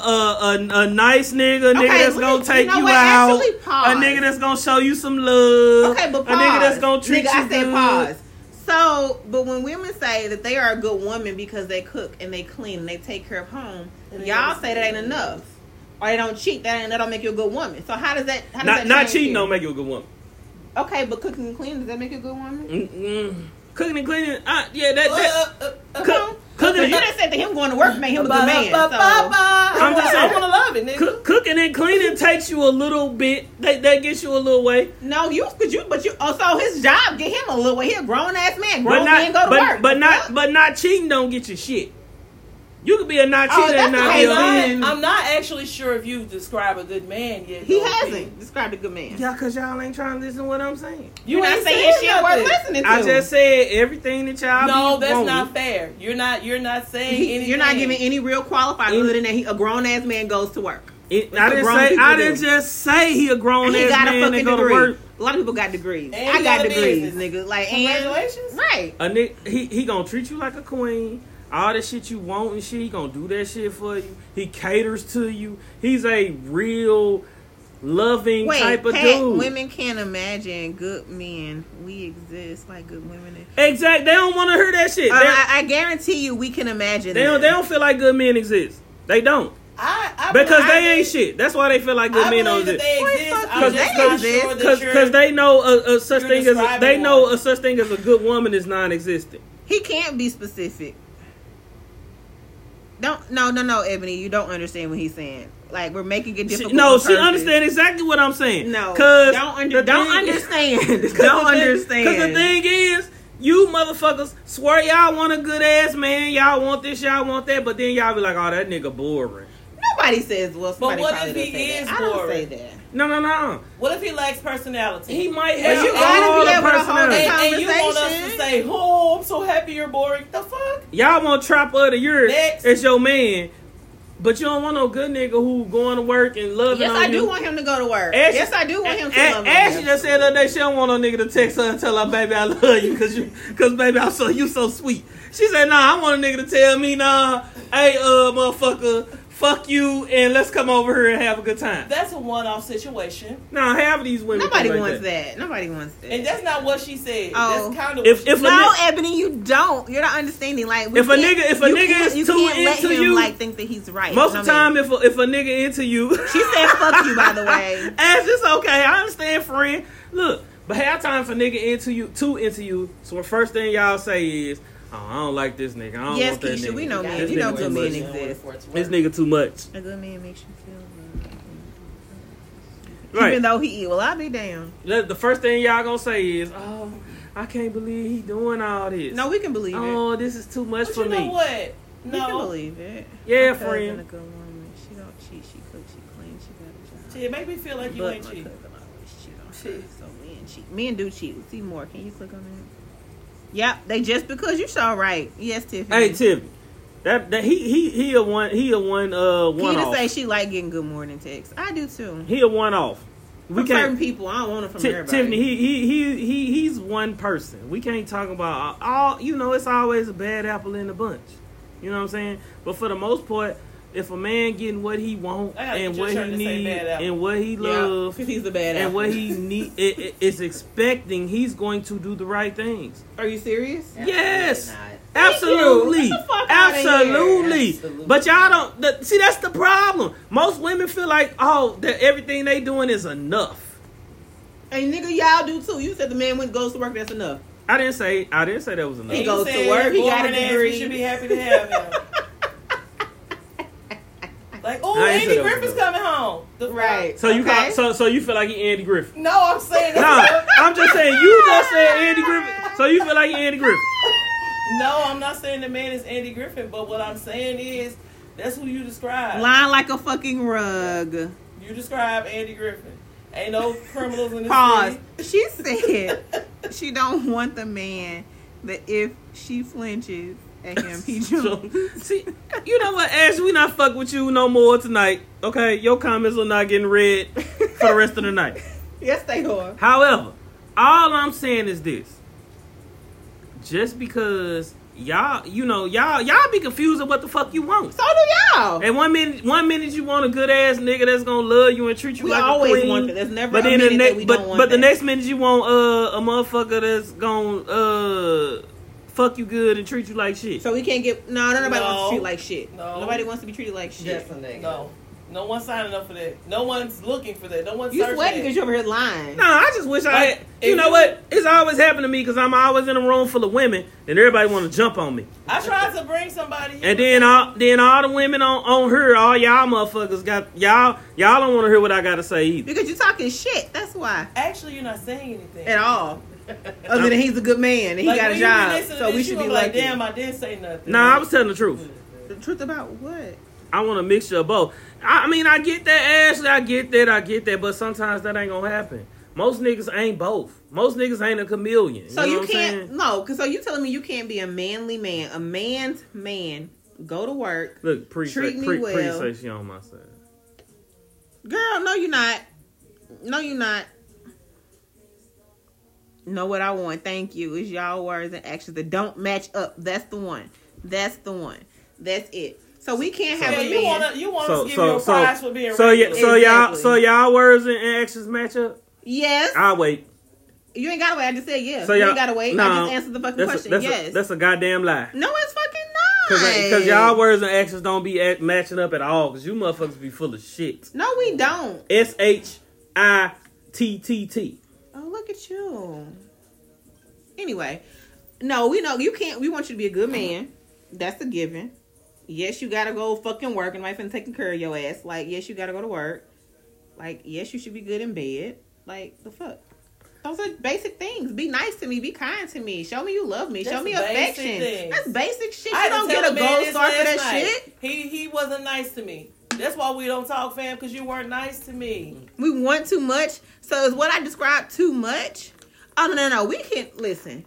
Speaker 1: a, a nice nigga, a nigga
Speaker 2: Okay,
Speaker 1: that's
Speaker 2: let
Speaker 1: gonna
Speaker 2: me-
Speaker 1: take
Speaker 2: you know
Speaker 1: you
Speaker 2: what?
Speaker 1: out.
Speaker 2: Actually, pause.
Speaker 1: A nigga that's gonna show you some love.
Speaker 2: Okay, but pause.
Speaker 1: A nigga that's gonna treat
Speaker 2: Nigga,
Speaker 1: you
Speaker 2: I said
Speaker 1: good.
Speaker 2: pause. So, but when women say that they are a good woman because they cook and they clean and they take care of home,
Speaker 4: And they
Speaker 2: y'all
Speaker 4: never
Speaker 2: say that ain't
Speaker 1: Mm-hmm.
Speaker 4: cheat.
Speaker 2: enough, or they don't cheat. That ain't that don't make you a good woman. So how does that? How does
Speaker 1: Not
Speaker 2: that
Speaker 1: not
Speaker 2: change
Speaker 1: cheating
Speaker 2: you?
Speaker 1: don't make you a good woman.
Speaker 2: Okay, but cooking and cleaning does that make you a good woman?
Speaker 1: Mm-mm. Cooking and cleaning, uh, yeah, that, that
Speaker 4: Uh, uh, uh,
Speaker 1: cook,
Speaker 2: Because
Speaker 1: cooking,
Speaker 2: you
Speaker 1: and,
Speaker 2: just said that him going to work made him a good man. So.
Speaker 4: I'm
Speaker 1: just
Speaker 4: I
Speaker 1: saying.
Speaker 4: want to love it, nigga.
Speaker 1: cook, cooking and cleaning takes you a little bit. That that gets you a little way,
Speaker 2: No, you could you, but you. Oh, so his job get him a little. He a grown ass man.
Speaker 1: but
Speaker 2: Grown
Speaker 1: not
Speaker 2: men go to
Speaker 1: but,
Speaker 2: work.
Speaker 1: but not but not cheating don't get you shit. You could be a not
Speaker 2: Oh,
Speaker 1: cheater and
Speaker 2: that's
Speaker 1: not
Speaker 2: what
Speaker 1: be
Speaker 4: I'm
Speaker 1: a
Speaker 2: I'm
Speaker 1: man.
Speaker 4: not, I'm not actually sure if you describe a good man yet.
Speaker 2: he
Speaker 4: though,
Speaker 2: hasn't described a good man.
Speaker 1: Yeah, cause y'all ain't trying to listen to what I'm saying.
Speaker 4: P.
Speaker 2: You
Speaker 4: You
Speaker 2: not
Speaker 4: ain't
Speaker 2: saying shit worth
Speaker 4: nothing.
Speaker 2: listening to.
Speaker 1: I just said everything that y'all.
Speaker 4: No,
Speaker 1: be
Speaker 4: that's
Speaker 1: wanting.
Speaker 4: not fair. You're not. You're not saying
Speaker 2: He-
Speaker 4: anything.
Speaker 2: you're not giving any real qualifier
Speaker 1: Any-
Speaker 2: other than that he, a grown ass man goes to work.
Speaker 1: It,
Speaker 2: That's
Speaker 1: I
Speaker 2: what
Speaker 1: didn't
Speaker 2: grown
Speaker 1: say.
Speaker 2: people
Speaker 1: I
Speaker 2: do.
Speaker 1: didn't just say he a grown
Speaker 2: he
Speaker 1: ass
Speaker 2: got a
Speaker 1: man that
Speaker 2: fucking
Speaker 1: go to
Speaker 2: degree.
Speaker 1: work.
Speaker 2: A lot of people got degrees.
Speaker 4: And
Speaker 2: I
Speaker 4: he
Speaker 2: got
Speaker 4: got a
Speaker 2: degrees,
Speaker 4: business.
Speaker 2: nigga. Like and
Speaker 4: Congratulations.
Speaker 2: right.
Speaker 1: A nigga, he he gonna treat you like a queen. All the shit you want and shit, he gonna do that shit for you. He caters to you. He's a real loving
Speaker 2: Wait,
Speaker 1: type of
Speaker 2: Pat,
Speaker 1: dude.
Speaker 2: women can't imagine good men. We exist like good women.
Speaker 1: Exact. They don't want to hear that shit.
Speaker 2: Uh,
Speaker 1: they,
Speaker 2: I, I guarantee you, we can imagine.
Speaker 1: they
Speaker 2: that.
Speaker 1: don't. They don't feel like good men exist. They don't
Speaker 4: I, I,
Speaker 1: because
Speaker 4: I
Speaker 1: they
Speaker 4: believe-
Speaker 1: ain't shit. That's why they feel like good
Speaker 4: I
Speaker 1: men don't
Speaker 4: believe that
Speaker 1: exist.
Speaker 4: they
Speaker 2: Why
Speaker 4: exist.
Speaker 2: fuck
Speaker 4: I'm
Speaker 2: do
Speaker 4: just
Speaker 2: they
Speaker 4: not sure
Speaker 2: exist?
Speaker 4: that you're.
Speaker 1: Because they know a, a such
Speaker 4: you're
Speaker 1: thing as a, they
Speaker 4: describing
Speaker 1: know
Speaker 4: one.
Speaker 1: a such thing as a good woman is non-existent.
Speaker 2: He can't be specific. Don't no no no Ebony, you don't understand what he's saying. Like we're making it
Speaker 1: She,
Speaker 2: difficult.
Speaker 1: no,
Speaker 2: on
Speaker 1: she
Speaker 2: purpose.
Speaker 1: understand exactly what I'm saying.
Speaker 2: No,
Speaker 1: cause
Speaker 2: don't
Speaker 1: the
Speaker 2: under, don't
Speaker 1: thing-
Speaker 2: understand. don't understand.
Speaker 1: Because the thing is, you motherfuckers swear y'all want a good ass man, y'all want this, y'all want that, but then y'all be like, oh, that nigga boring.
Speaker 2: nobody says well. Somebody
Speaker 4: what
Speaker 2: probably
Speaker 4: if
Speaker 2: does
Speaker 4: he
Speaker 2: say
Speaker 4: is
Speaker 2: that. I don't
Speaker 4: boring?
Speaker 2: say that.
Speaker 1: No, no, no.
Speaker 4: What if he lacks personality?
Speaker 1: He might
Speaker 4: But
Speaker 1: have
Speaker 4: you gotta
Speaker 1: all
Speaker 2: be
Speaker 1: the
Speaker 2: able to hold
Speaker 1: personality.
Speaker 2: it.
Speaker 4: and, and you want us to
Speaker 2: Conversation.
Speaker 4: say, "Oh, I'm so happy you're boring." The fuck?
Speaker 1: Y'all want trap of the year
Speaker 4: Next.
Speaker 1: as your man, but you don't want no good nigga who going to work and loving
Speaker 2: Yes,
Speaker 1: on
Speaker 2: I
Speaker 1: you.
Speaker 2: do want him to go to work.
Speaker 1: Ashley-
Speaker 2: yes, I do want him to
Speaker 1: A-
Speaker 2: love
Speaker 1: Ashley
Speaker 2: me.
Speaker 1: just said the other day she don't want no nigga to text her and tell her, baby, I love you because you, cause baby, I'm so you so sweet. She said, nah, I want a nigga to tell me, nah, hey, uh, motherfucker, fuck you, and let's come over here and have a good time.
Speaker 4: That's a one-off situation,
Speaker 1: Now, half of these women
Speaker 2: Nobody
Speaker 1: think like
Speaker 2: wants that. Nobody wants that.
Speaker 4: and that's not what she said.
Speaker 2: Oh.
Speaker 4: That's kind of
Speaker 1: If
Speaker 4: what
Speaker 1: if
Speaker 4: she
Speaker 1: a
Speaker 2: no,
Speaker 1: ni-
Speaker 2: Ebony, you don't. You're not understanding. Like, we
Speaker 1: If a
Speaker 2: can't-
Speaker 1: nigga- if a
Speaker 2: you
Speaker 1: nigga
Speaker 2: can't-
Speaker 1: is
Speaker 2: you
Speaker 1: too
Speaker 2: can't let
Speaker 1: into
Speaker 2: him,
Speaker 1: you-
Speaker 2: like think that he's right.
Speaker 1: most of the
Speaker 2: No, man.
Speaker 1: time, if a, if a nigga into you,
Speaker 2: she said "fuck you." By the way,
Speaker 1: Ash, it's okay. I understand, friend. Look, but half time for nigga into you, two into you. So the first thing y'all say is, "Oh, I don't like this nigga. I don't
Speaker 2: Yes,
Speaker 1: want that
Speaker 2: Keisha,
Speaker 1: nigga.
Speaker 2: we know
Speaker 1: This
Speaker 2: men. You
Speaker 1: nigga
Speaker 2: know
Speaker 1: too
Speaker 2: good
Speaker 1: much.
Speaker 2: men exist.
Speaker 1: This nigga too much."
Speaker 2: a good man makes you feel good.
Speaker 1: Right.
Speaker 2: Even though he eat, well, I'll be damned.
Speaker 1: The the first thing y'all gonna say is, "Oh, I can't believe he doing all this.
Speaker 2: No, we can believe it.
Speaker 1: oh, this is too much
Speaker 4: But
Speaker 1: for
Speaker 4: you know
Speaker 1: me.
Speaker 4: what?
Speaker 2: We can
Speaker 4: No,
Speaker 2: believe it.
Speaker 1: Yeah,
Speaker 2: My cousin
Speaker 1: friend.
Speaker 2: A good woman. She don't cheat. She cooks. She cleans. She got a job.
Speaker 4: Shit, it make me feel like you
Speaker 2: but
Speaker 4: ain't
Speaker 2: my
Speaker 4: cheating.
Speaker 2: cousin always cheat on her.
Speaker 4: Shit.
Speaker 2: So men cheat. Men do cheat. See more. Can you click on that? Yep. They just because you saw right. Yes, Tiffany.
Speaker 1: Hey, Tiffy, that that he he he a one he a one uh one
Speaker 2: Peter
Speaker 1: off.
Speaker 2: say she like getting good morning texts. I do too.
Speaker 1: he a one off. We
Speaker 2: from certain
Speaker 1: can't.
Speaker 2: people. I don't want them from
Speaker 1: Ti-
Speaker 2: everybody.
Speaker 1: Tiffany, he, he he he he's one person. We can't talk about all. You know, it's always a bad apple in the bunch. You know what I'm saying? But for the most part, if a man getting what he want
Speaker 4: I gotta
Speaker 1: and
Speaker 4: get your
Speaker 1: what
Speaker 4: shirt
Speaker 1: he
Speaker 4: to say
Speaker 1: need
Speaker 4: bad apple.
Speaker 1: and what he love
Speaker 2: yeah, he's a bad.
Speaker 1: and what he need i- i- is expecting, he's going to do the right things.
Speaker 2: Are you serious?
Speaker 1: Yes.
Speaker 3: Not.
Speaker 1: Absolutely,
Speaker 2: Get the fuck outta here.
Speaker 1: absolutely.
Speaker 3: Absolutely.
Speaker 1: But y'all don't the, see. That's the problem. Most women feel like oh, that everything they doing is enough.
Speaker 2: And nigga, y'all do too. You said the man when goes to work, that's enough.
Speaker 1: I didn't say I didn't say that was enough.
Speaker 2: He
Speaker 4: And
Speaker 2: goes
Speaker 4: you
Speaker 2: to
Speaker 4: said
Speaker 2: work, he got a
Speaker 4: boring ass,
Speaker 2: degree.
Speaker 4: We should be happy to have him. like, oh,
Speaker 1: I ain't
Speaker 4: Andy
Speaker 1: said that was
Speaker 4: Griffith's
Speaker 1: good.
Speaker 4: coming home. The fuck?
Speaker 1: So you
Speaker 2: okay?
Speaker 1: call, so so you feel like he Andy Griffith?
Speaker 4: No, I'm saying
Speaker 1: No, I'm just saying you just said Andy Griffith. So you feel like he Andy Griffith?
Speaker 4: No, I'm not saying the man is Andy Griffin, but what I'm saying is that's who you describe.
Speaker 2: Lying like a fucking rug.
Speaker 4: You describe Andy Griffin. Ain't no criminals in this
Speaker 2: Pause.
Speaker 4: city.
Speaker 2: She said she don't want the man that if she flinches at him, he
Speaker 1: So,
Speaker 2: jumps.
Speaker 1: see, you know what, Ash? We not fuck with you no more tonight. Okay, your comments are not getting read for the rest of the night.
Speaker 2: yes, they are.
Speaker 1: However, all I'm saying is this: just because y'all, you know, y'all, y'all be confused of what the fuck you want.
Speaker 2: So do y'all.
Speaker 1: And one minute, one minute you want a good ass nigga that's gonna love you and treat you
Speaker 2: we
Speaker 1: like a
Speaker 2: always
Speaker 1: queen.
Speaker 2: want that. There's never
Speaker 1: But
Speaker 2: a
Speaker 1: then the
Speaker 2: minute that
Speaker 1: next,
Speaker 2: we
Speaker 1: but
Speaker 2: don't want
Speaker 1: but the
Speaker 2: that.
Speaker 1: next minute you want uh, a motherfucker that's gonna uh, fuck you good and treat you like shit.
Speaker 2: So we can't get no. Nobody wants
Speaker 4: No.
Speaker 2: to treat like shit.
Speaker 4: No.
Speaker 2: Nobody wants to be treated like shit.
Speaker 3: That's a nigga.
Speaker 4: No, no one's signing up for that. No one's looking for that. No one's
Speaker 2: You
Speaker 4: searching
Speaker 2: sweating
Speaker 4: that.
Speaker 2: because you're over here lying.
Speaker 1: No, I just wish I.
Speaker 4: Like,
Speaker 1: had,
Speaker 4: if
Speaker 1: you know
Speaker 4: you-
Speaker 1: what? It's always happened to me because I'm always in a room full of women and everybody want to jump on me.
Speaker 4: I tried to bring somebody.
Speaker 1: And then all then all the women on on her, all y'all motherfuckers got y'all y'all don't want to hear what I gotta say either.
Speaker 2: Because you're talking shit. That's why.
Speaker 1: uh,
Speaker 4: actually, you're not saying anything
Speaker 2: At all. Other than he's a good man and he
Speaker 4: Like,
Speaker 2: got a
Speaker 4: when you
Speaker 2: job,
Speaker 4: listen to
Speaker 2: so
Speaker 4: this,
Speaker 2: we
Speaker 4: you
Speaker 2: should
Speaker 4: gonna
Speaker 2: be
Speaker 4: like,
Speaker 2: like,
Speaker 4: damn, I didn't say nothing.
Speaker 1: Nah, I was telling the truth.
Speaker 2: The truth about what?
Speaker 1: I want a mixture of both. I, I mean, I get that, Ashley. I get that. I get that. But sometimes that ain't gonna happen. Most niggas ain't both. Most niggas ain't a chameleon.
Speaker 2: So
Speaker 1: know
Speaker 2: you,
Speaker 1: what I'm
Speaker 2: can't
Speaker 1: saying?
Speaker 2: no. 'cause So you telling me you can't be a manly man, a man's man, go to work,
Speaker 1: look pre
Speaker 2: treat me
Speaker 1: pre,
Speaker 2: well.
Speaker 1: pre say she on my side.
Speaker 2: girl. No, you're not. No, you're not. Know what I want? Thank you. Is y'all words and actions that don't match up? That's the one. That's the one. That's it. So we can't have
Speaker 4: Yeah,
Speaker 2: a
Speaker 4: you
Speaker 2: man.
Speaker 4: wanna you wanna
Speaker 1: So
Speaker 4: give
Speaker 1: so
Speaker 4: your
Speaker 1: so
Speaker 4: prize for being
Speaker 1: so yeah,
Speaker 4: regular.
Speaker 1: so y'all
Speaker 2: Exactly.
Speaker 1: so y'all words and actions match up.
Speaker 2: yes.
Speaker 1: I'll wait.
Speaker 2: You ain't gotta wait. I just said yes.
Speaker 1: So
Speaker 2: you
Speaker 1: y'all-
Speaker 2: ain't gotta wait. I
Speaker 1: no,
Speaker 2: just answered the fucking
Speaker 1: That's a,
Speaker 2: question.
Speaker 1: that's,
Speaker 2: yes.
Speaker 1: a, that's a goddamn lie.
Speaker 2: no, it's fucking not.
Speaker 1: Cause, cause y'all words and actions don't be at, matching up at all. Cause you motherfuckers be full of shit.
Speaker 2: No, we don't.
Speaker 1: S H I T T T.
Speaker 2: Oh, look at you. Anyway, no, we know you can't. We want you to be a good man. That's a given. Yes, you gotta go fucking work, and my finna taking care of your ass. Like, yes, you gotta go to work. Like, yes, you should be good in bed. Like, the fuck. Those are basic things. Be nice to me. Be kind to me. Show me you love me.
Speaker 4: That's
Speaker 2: Show me
Speaker 4: basic
Speaker 2: affection.
Speaker 4: things.
Speaker 2: That's basic shit.
Speaker 4: I
Speaker 2: you
Speaker 4: had to
Speaker 2: don't
Speaker 4: tell
Speaker 2: get a
Speaker 4: the man
Speaker 2: gold
Speaker 4: this
Speaker 2: star for
Speaker 4: last
Speaker 2: that
Speaker 4: night.
Speaker 2: shit.
Speaker 4: He he wasn't nice to me. That's why we don't talk, fam, because you weren't nice to me.
Speaker 2: We want too much. So is what I described too much? Oh no no no. We can listen.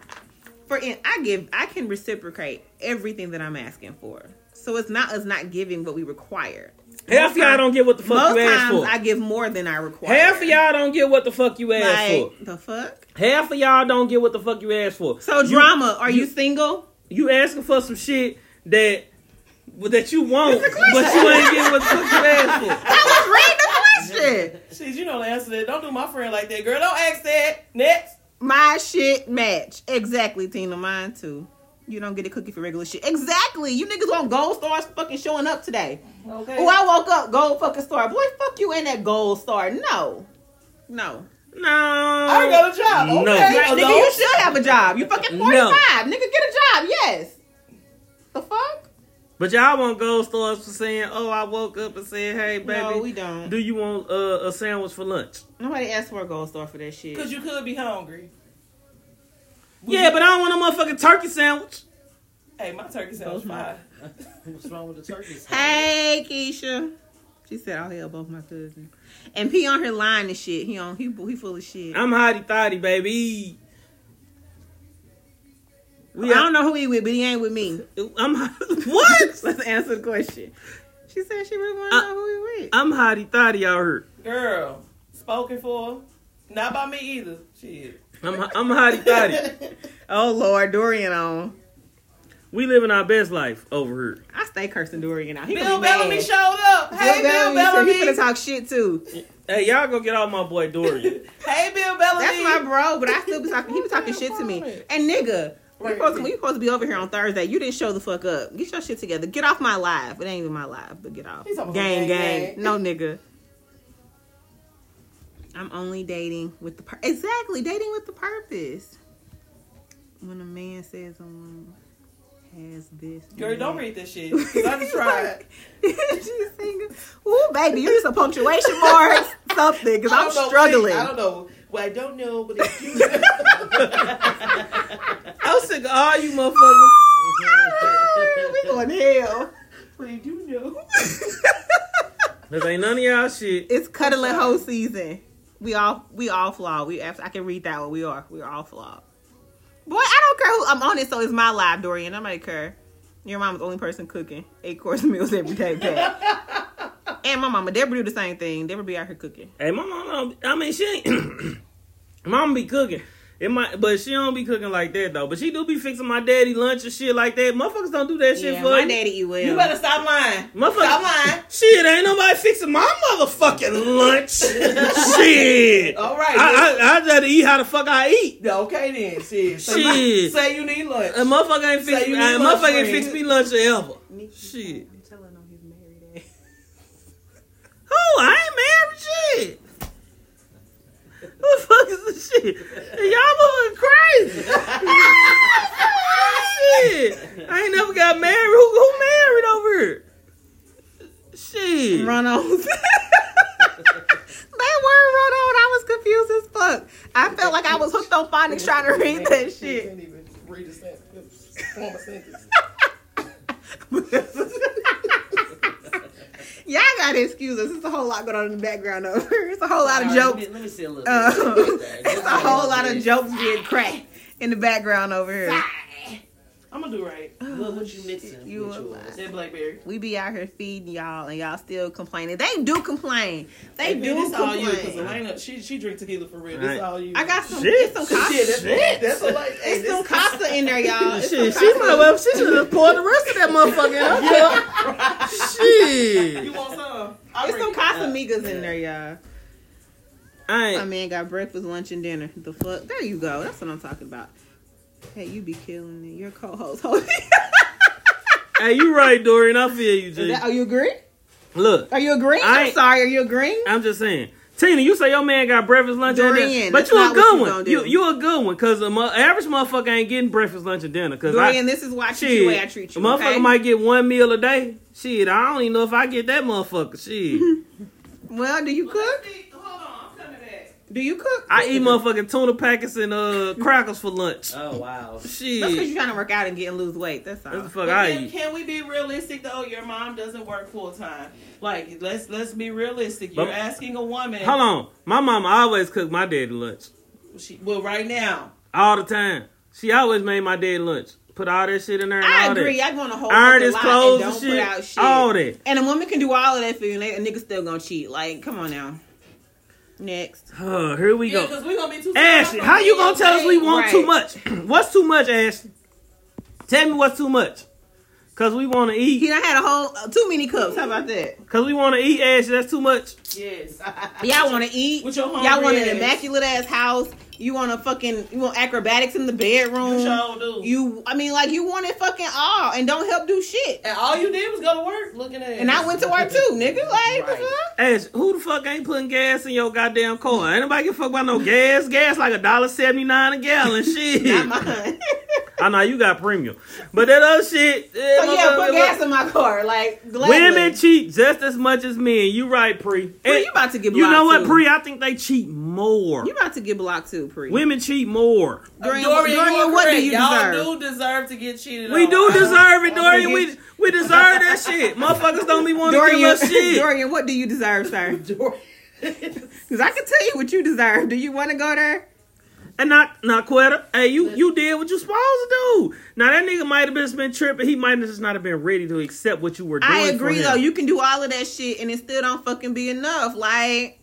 Speaker 2: For in, I give I can reciprocate everything that I'm asking for. So it's not us not giving what we require.
Speaker 1: Half of y'all don't get what the fuck
Speaker 2: Most
Speaker 1: you asked
Speaker 2: times
Speaker 1: for.
Speaker 2: I give more than I require.
Speaker 1: Half of y'all don't get what the fuck you asked
Speaker 2: like the fuck.
Speaker 1: for. Half of y'all don't get what the fuck you asked for.
Speaker 2: So
Speaker 1: You-
Speaker 2: drama. Are you, single?
Speaker 1: You asking for some shit that that you want, but you ain't getting what the fuck you asked for.
Speaker 2: I was reading the question.
Speaker 4: Shit, you know the answer to that. Don't do my friend like that, girl. Don't ask that. Next.
Speaker 2: My shit match exactly, Tina. Mine too. You don't get a cookie for regular shit. Exactly. You niggas want gold stars fucking showing up today.
Speaker 4: Okay.
Speaker 2: Oh, I woke up gold fucking star. Boy, fuck you in that gold star. No. No.
Speaker 1: No,
Speaker 4: I got a job. Okay.
Speaker 1: No.
Speaker 2: Right,
Speaker 4: Now,
Speaker 2: nigga, you
Speaker 4: those-
Speaker 2: should have a job. You fucking 45.
Speaker 1: No.
Speaker 2: Nigga, get a job. Yes. The fuck?
Speaker 1: but y'all want gold stars for saying, "Oh, I woke up and said, hey, baby,
Speaker 2: No, we don't.
Speaker 1: do you want uh, a sandwich for lunch?"
Speaker 2: Nobody asked for a gold star for that shit.
Speaker 4: Cause you could be hungry.
Speaker 1: Yeah, but I don't want a motherfucking turkey sandwich.
Speaker 4: Hey, my turkey sounds fine.
Speaker 3: What's wrong with the turkey? sandwich?
Speaker 2: Hey, Keisha. She said, I'll help both my cousins. And P on her line and shit. He on he, he full of shit.
Speaker 1: I'm hottie thotty, baby. We
Speaker 2: I don't know who he with, but he ain't with me.
Speaker 1: I'm hot- what?
Speaker 2: Let's answer the question. She said she really want to
Speaker 1: Uh,
Speaker 2: know who he with.
Speaker 1: I'm hottie thotty out here.
Speaker 4: Girl, spoken for. Not by me either. Shit.
Speaker 1: I'm I'm hottie thotty.
Speaker 2: oh, Lord. Dorian on.
Speaker 1: We living our best life over here.
Speaker 2: I stay cursing Dorian out. He gonna
Speaker 4: Bill
Speaker 2: be
Speaker 4: Bellamy
Speaker 2: mad.
Speaker 4: showed up. Hey, Bill
Speaker 2: said
Speaker 4: Bellamy.
Speaker 2: He finna talk shit too.
Speaker 1: Hey, y'all go get out my boy Dorian.
Speaker 4: Hey, Bill Bellamy.
Speaker 2: That's my bro, but I still be talking. He be talking shit to me. And nigga, we supposed, we supposed to be over here on Thursday. You didn't show the fuck up. Get your shit together. Get off my live. It ain't even my live, but get off.
Speaker 4: He's talking
Speaker 2: Gang,
Speaker 4: about
Speaker 2: gang,
Speaker 4: gang, gang.
Speaker 2: No nigga. I'm only dating with the pur- exactly dating with the purpose. When a man says a woman has this,
Speaker 4: Girl, don't
Speaker 2: man-
Speaker 4: read this shit. 'cause I just tried.
Speaker 2: She's singing. Ooh, baby, you're some punctuation marks, something. Because
Speaker 4: I
Speaker 2: I'm
Speaker 4: don't know,
Speaker 2: struggling.
Speaker 4: I don't know. Well, I don't know, but if you
Speaker 1: I'm sick of all you motherfuckers.
Speaker 2: we going to hell.
Speaker 4: but if you know.
Speaker 1: Cause ain't none of y'all shit.
Speaker 2: It's cuddling whole season. We all we all flawed. We I can read that one. We are we are all flawed. Boy, I don't care who I'm on it. So it's my live, Dorian. I might care. Your mama's the only person cooking eight course meals every day. Pat. and my mama Deborah do the same thing. Deborah be out here cooking.
Speaker 1: Hey, my mama. I mean, she ain't. mama be cooking. It might, but she don't be cooking like that though. But she do be fixing my daddy lunch and shit like that. Motherfuckers don't do that shit
Speaker 2: yeah,
Speaker 1: for
Speaker 2: my
Speaker 1: you.
Speaker 2: daddy eat well.
Speaker 4: You better stop lying.
Speaker 1: Motherfucker-
Speaker 4: Stop lying.
Speaker 1: Shit, ain't nobody fixing my motherfucking lunch. shit.
Speaker 4: All right.
Speaker 1: I, I, I just had to eat how the fuck I eat.
Speaker 4: Yeah, Okay then, shit. Say,
Speaker 1: Shit.
Speaker 4: say you need lunch.
Speaker 1: A motherfucker ain't
Speaker 4: Say
Speaker 1: fix
Speaker 4: you
Speaker 1: me.
Speaker 4: need
Speaker 1: A
Speaker 4: lunch,
Speaker 1: motherfucker ain't
Speaker 4: friend.
Speaker 1: fix me lunch ever.
Speaker 2: Nikki,
Speaker 1: Shit.
Speaker 2: I'm telling him he's married. ass.
Speaker 1: Who? I ain't married. Shit. Who the fuck is this shit? Y'all motherfucking crazy. shit. I ain't never got married. Who, who married over here? Shit.
Speaker 2: Run-ons. That word run on, I was confused as fuck. I felt like I was hooked on phonics trying to read that
Speaker 3: You
Speaker 2: shit.
Speaker 3: can't even read a sentence. Form a sentence.
Speaker 2: Y'all gotta excuse us. It's a whole lot going on in the background over here. It's a whole lot of
Speaker 4: All right,
Speaker 2: jokes.
Speaker 4: Let me, let me see a little.
Speaker 2: Uh,
Speaker 4: bit.
Speaker 2: it's a whole lot of jokes being cracked in the background over here.
Speaker 4: I'm gonna do right. Look what you mixing.
Speaker 2: Oh, You
Speaker 4: with
Speaker 2: a
Speaker 4: yours.
Speaker 2: lie.
Speaker 4: That blackberry.
Speaker 2: We be out here feeding y'all, and y'all still complaining. They do complain. They
Speaker 4: Hey,
Speaker 2: do
Speaker 4: this all you because
Speaker 2: complain.
Speaker 4: Elena, she she drink tequila for real.
Speaker 1: Right.
Speaker 4: This all you.
Speaker 2: I got some.
Speaker 1: Shit.
Speaker 2: It's some
Speaker 4: Shit,
Speaker 2: Costa.
Speaker 4: that's,
Speaker 1: Shit.
Speaker 4: that's a like. hey,
Speaker 2: It's
Speaker 4: this-
Speaker 2: some Costa in there, y'all. It's
Speaker 1: Shit,
Speaker 2: some
Speaker 1: she
Speaker 2: Costa.
Speaker 1: might well. She should have poured the rest of that motherfucker in her cup.
Speaker 4: You
Speaker 1: Shit.
Speaker 4: want some? I'll
Speaker 2: It's
Speaker 4: bring
Speaker 2: some
Speaker 4: it.
Speaker 2: Casamigas in there, y'all.
Speaker 1: I
Speaker 2: My
Speaker 1: ain't.
Speaker 2: man got breakfast, lunch, and dinner. The fuck? There you go. That's what I'm talking about. Hey, you be killing it. Your co-host. Hold
Speaker 1: Hey, you right, Dorian. I feel you, G.
Speaker 2: Are you agree?
Speaker 1: Look,
Speaker 2: Are you agreeing?
Speaker 1: I
Speaker 2: I'm
Speaker 1: ain't-
Speaker 2: sorry. Are you agreeing?
Speaker 1: I'm just saying. Tina, you say your man got breakfast, lunch, and dinner,
Speaker 2: Dorian,
Speaker 1: but
Speaker 2: that's
Speaker 1: you a
Speaker 2: not what
Speaker 1: good
Speaker 2: you
Speaker 1: one.
Speaker 2: gonna
Speaker 1: You
Speaker 2: do.
Speaker 1: you a good one because a mo- average motherfucker ain't getting breakfast, lunch, and dinner. Cause
Speaker 2: Dorian,
Speaker 1: I,
Speaker 2: this is why I treat you
Speaker 1: shit,
Speaker 2: the way I treat you.
Speaker 1: a motherfucker
Speaker 2: okay?
Speaker 1: might get one meal a day. Shit, I don't even know if I get that motherfucker. Shit,
Speaker 2: Well, do you cook?
Speaker 4: Hold on, I'm coming back.
Speaker 2: Do you cook?
Speaker 1: I eat motherfucking tuna packets and uh crackers for lunch.
Speaker 4: Oh wow.
Speaker 2: That's because
Speaker 1: Shit,
Speaker 2: you're trying to work out and get and lose weight. That's
Speaker 1: that's
Speaker 2: all.
Speaker 1: the fuck
Speaker 4: But
Speaker 1: I
Speaker 4: then,
Speaker 1: eat.
Speaker 4: can we be realistic though? Your mom doesn't work full time. Like let's let's be realistic.
Speaker 1: But-
Speaker 4: You're asking a woman.
Speaker 1: Hold on, my mama always cooked my daddy lunch.
Speaker 4: She, well, right now.
Speaker 1: All the time. She always made my dad lunch. Put all that shit in there. And
Speaker 2: I
Speaker 1: all
Speaker 2: agree.
Speaker 1: That.
Speaker 2: I want to hold
Speaker 1: Iron his
Speaker 2: lot and
Speaker 1: clothes and
Speaker 2: don't
Speaker 1: shit,
Speaker 2: put out shit.
Speaker 1: All that.
Speaker 2: And a woman can do all of that for you, and they- a nigga still gonna cheat. Like, come on now. Next.
Speaker 1: Uh, here we
Speaker 4: Yeah,
Speaker 1: go.
Speaker 4: because we're gonna be too.
Speaker 1: Ashley, how you gonna tell us we want
Speaker 2: Right.
Speaker 1: too much? what's too much, Ashley? Tell me what's too much. Cause we wanna
Speaker 2: He
Speaker 1: eat.
Speaker 2: done had a whole uh, too many cups. How about that?
Speaker 1: Cause we wanna eat, Ashley. That's too much.
Speaker 4: Yes.
Speaker 2: Y'all want to eat.
Speaker 4: With your hungry
Speaker 2: Y'all want an
Speaker 4: ass.
Speaker 2: immaculate ass house. You want to fucking. You want acrobatics in the bedroom.
Speaker 4: You sure do.
Speaker 2: You- I mean, like you want it fucking all, and don't help do shit.
Speaker 4: and all you did was go to work looking at.
Speaker 2: And I went to work too, nigga. Like, the
Speaker 4: Right.
Speaker 2: fuck?
Speaker 1: Ash, who the fuck ain't putting gas in your goddamn car? Ain't nobody give a fuck about no gas. Gas like a dollar seventy nine a gallon. Shit.
Speaker 2: Not mine.
Speaker 1: I know you got premium, but that other shit. eh,
Speaker 2: so yeah, put
Speaker 1: motherfucker,
Speaker 2: gas in my car. Like, gladly.
Speaker 1: Women cheat just as much as men. You right, Pre.
Speaker 2: Pre,
Speaker 1: And
Speaker 2: you about to get blocked.
Speaker 1: you know what,
Speaker 2: too.
Speaker 1: Pre? I think they cheat more.
Speaker 2: You about to get blocked too, Pre.
Speaker 1: Women cheat more.
Speaker 2: Dorian,
Speaker 4: Dorian,
Speaker 2: what- Dorian,
Speaker 4: you're
Speaker 2: what do
Speaker 4: correct.
Speaker 2: you
Speaker 4: Y'all
Speaker 2: deserve?
Speaker 4: do deserve to get cheated
Speaker 1: We
Speaker 4: on.
Speaker 1: do deserve it,
Speaker 2: I'm
Speaker 1: Dorian.
Speaker 2: gonna
Speaker 1: We we deserve that shit. Motherfuckers don't be wanting to give
Speaker 2: Dorian,
Speaker 1: us shit.
Speaker 2: Dorian, what do you deserve, sir?
Speaker 4: deserve.
Speaker 2: Because I can tell you what you deserve. Do you want to go there?
Speaker 1: And not not Quetta. Hey, you you did what you supposed to do. Now that nigga might have just been tripping. He might have just not have been ready to accept what you were doing.
Speaker 2: I
Speaker 1: for
Speaker 2: agree,
Speaker 1: him.
Speaker 2: though. You can do all of that shit, and it still don't fucking be enough. Like,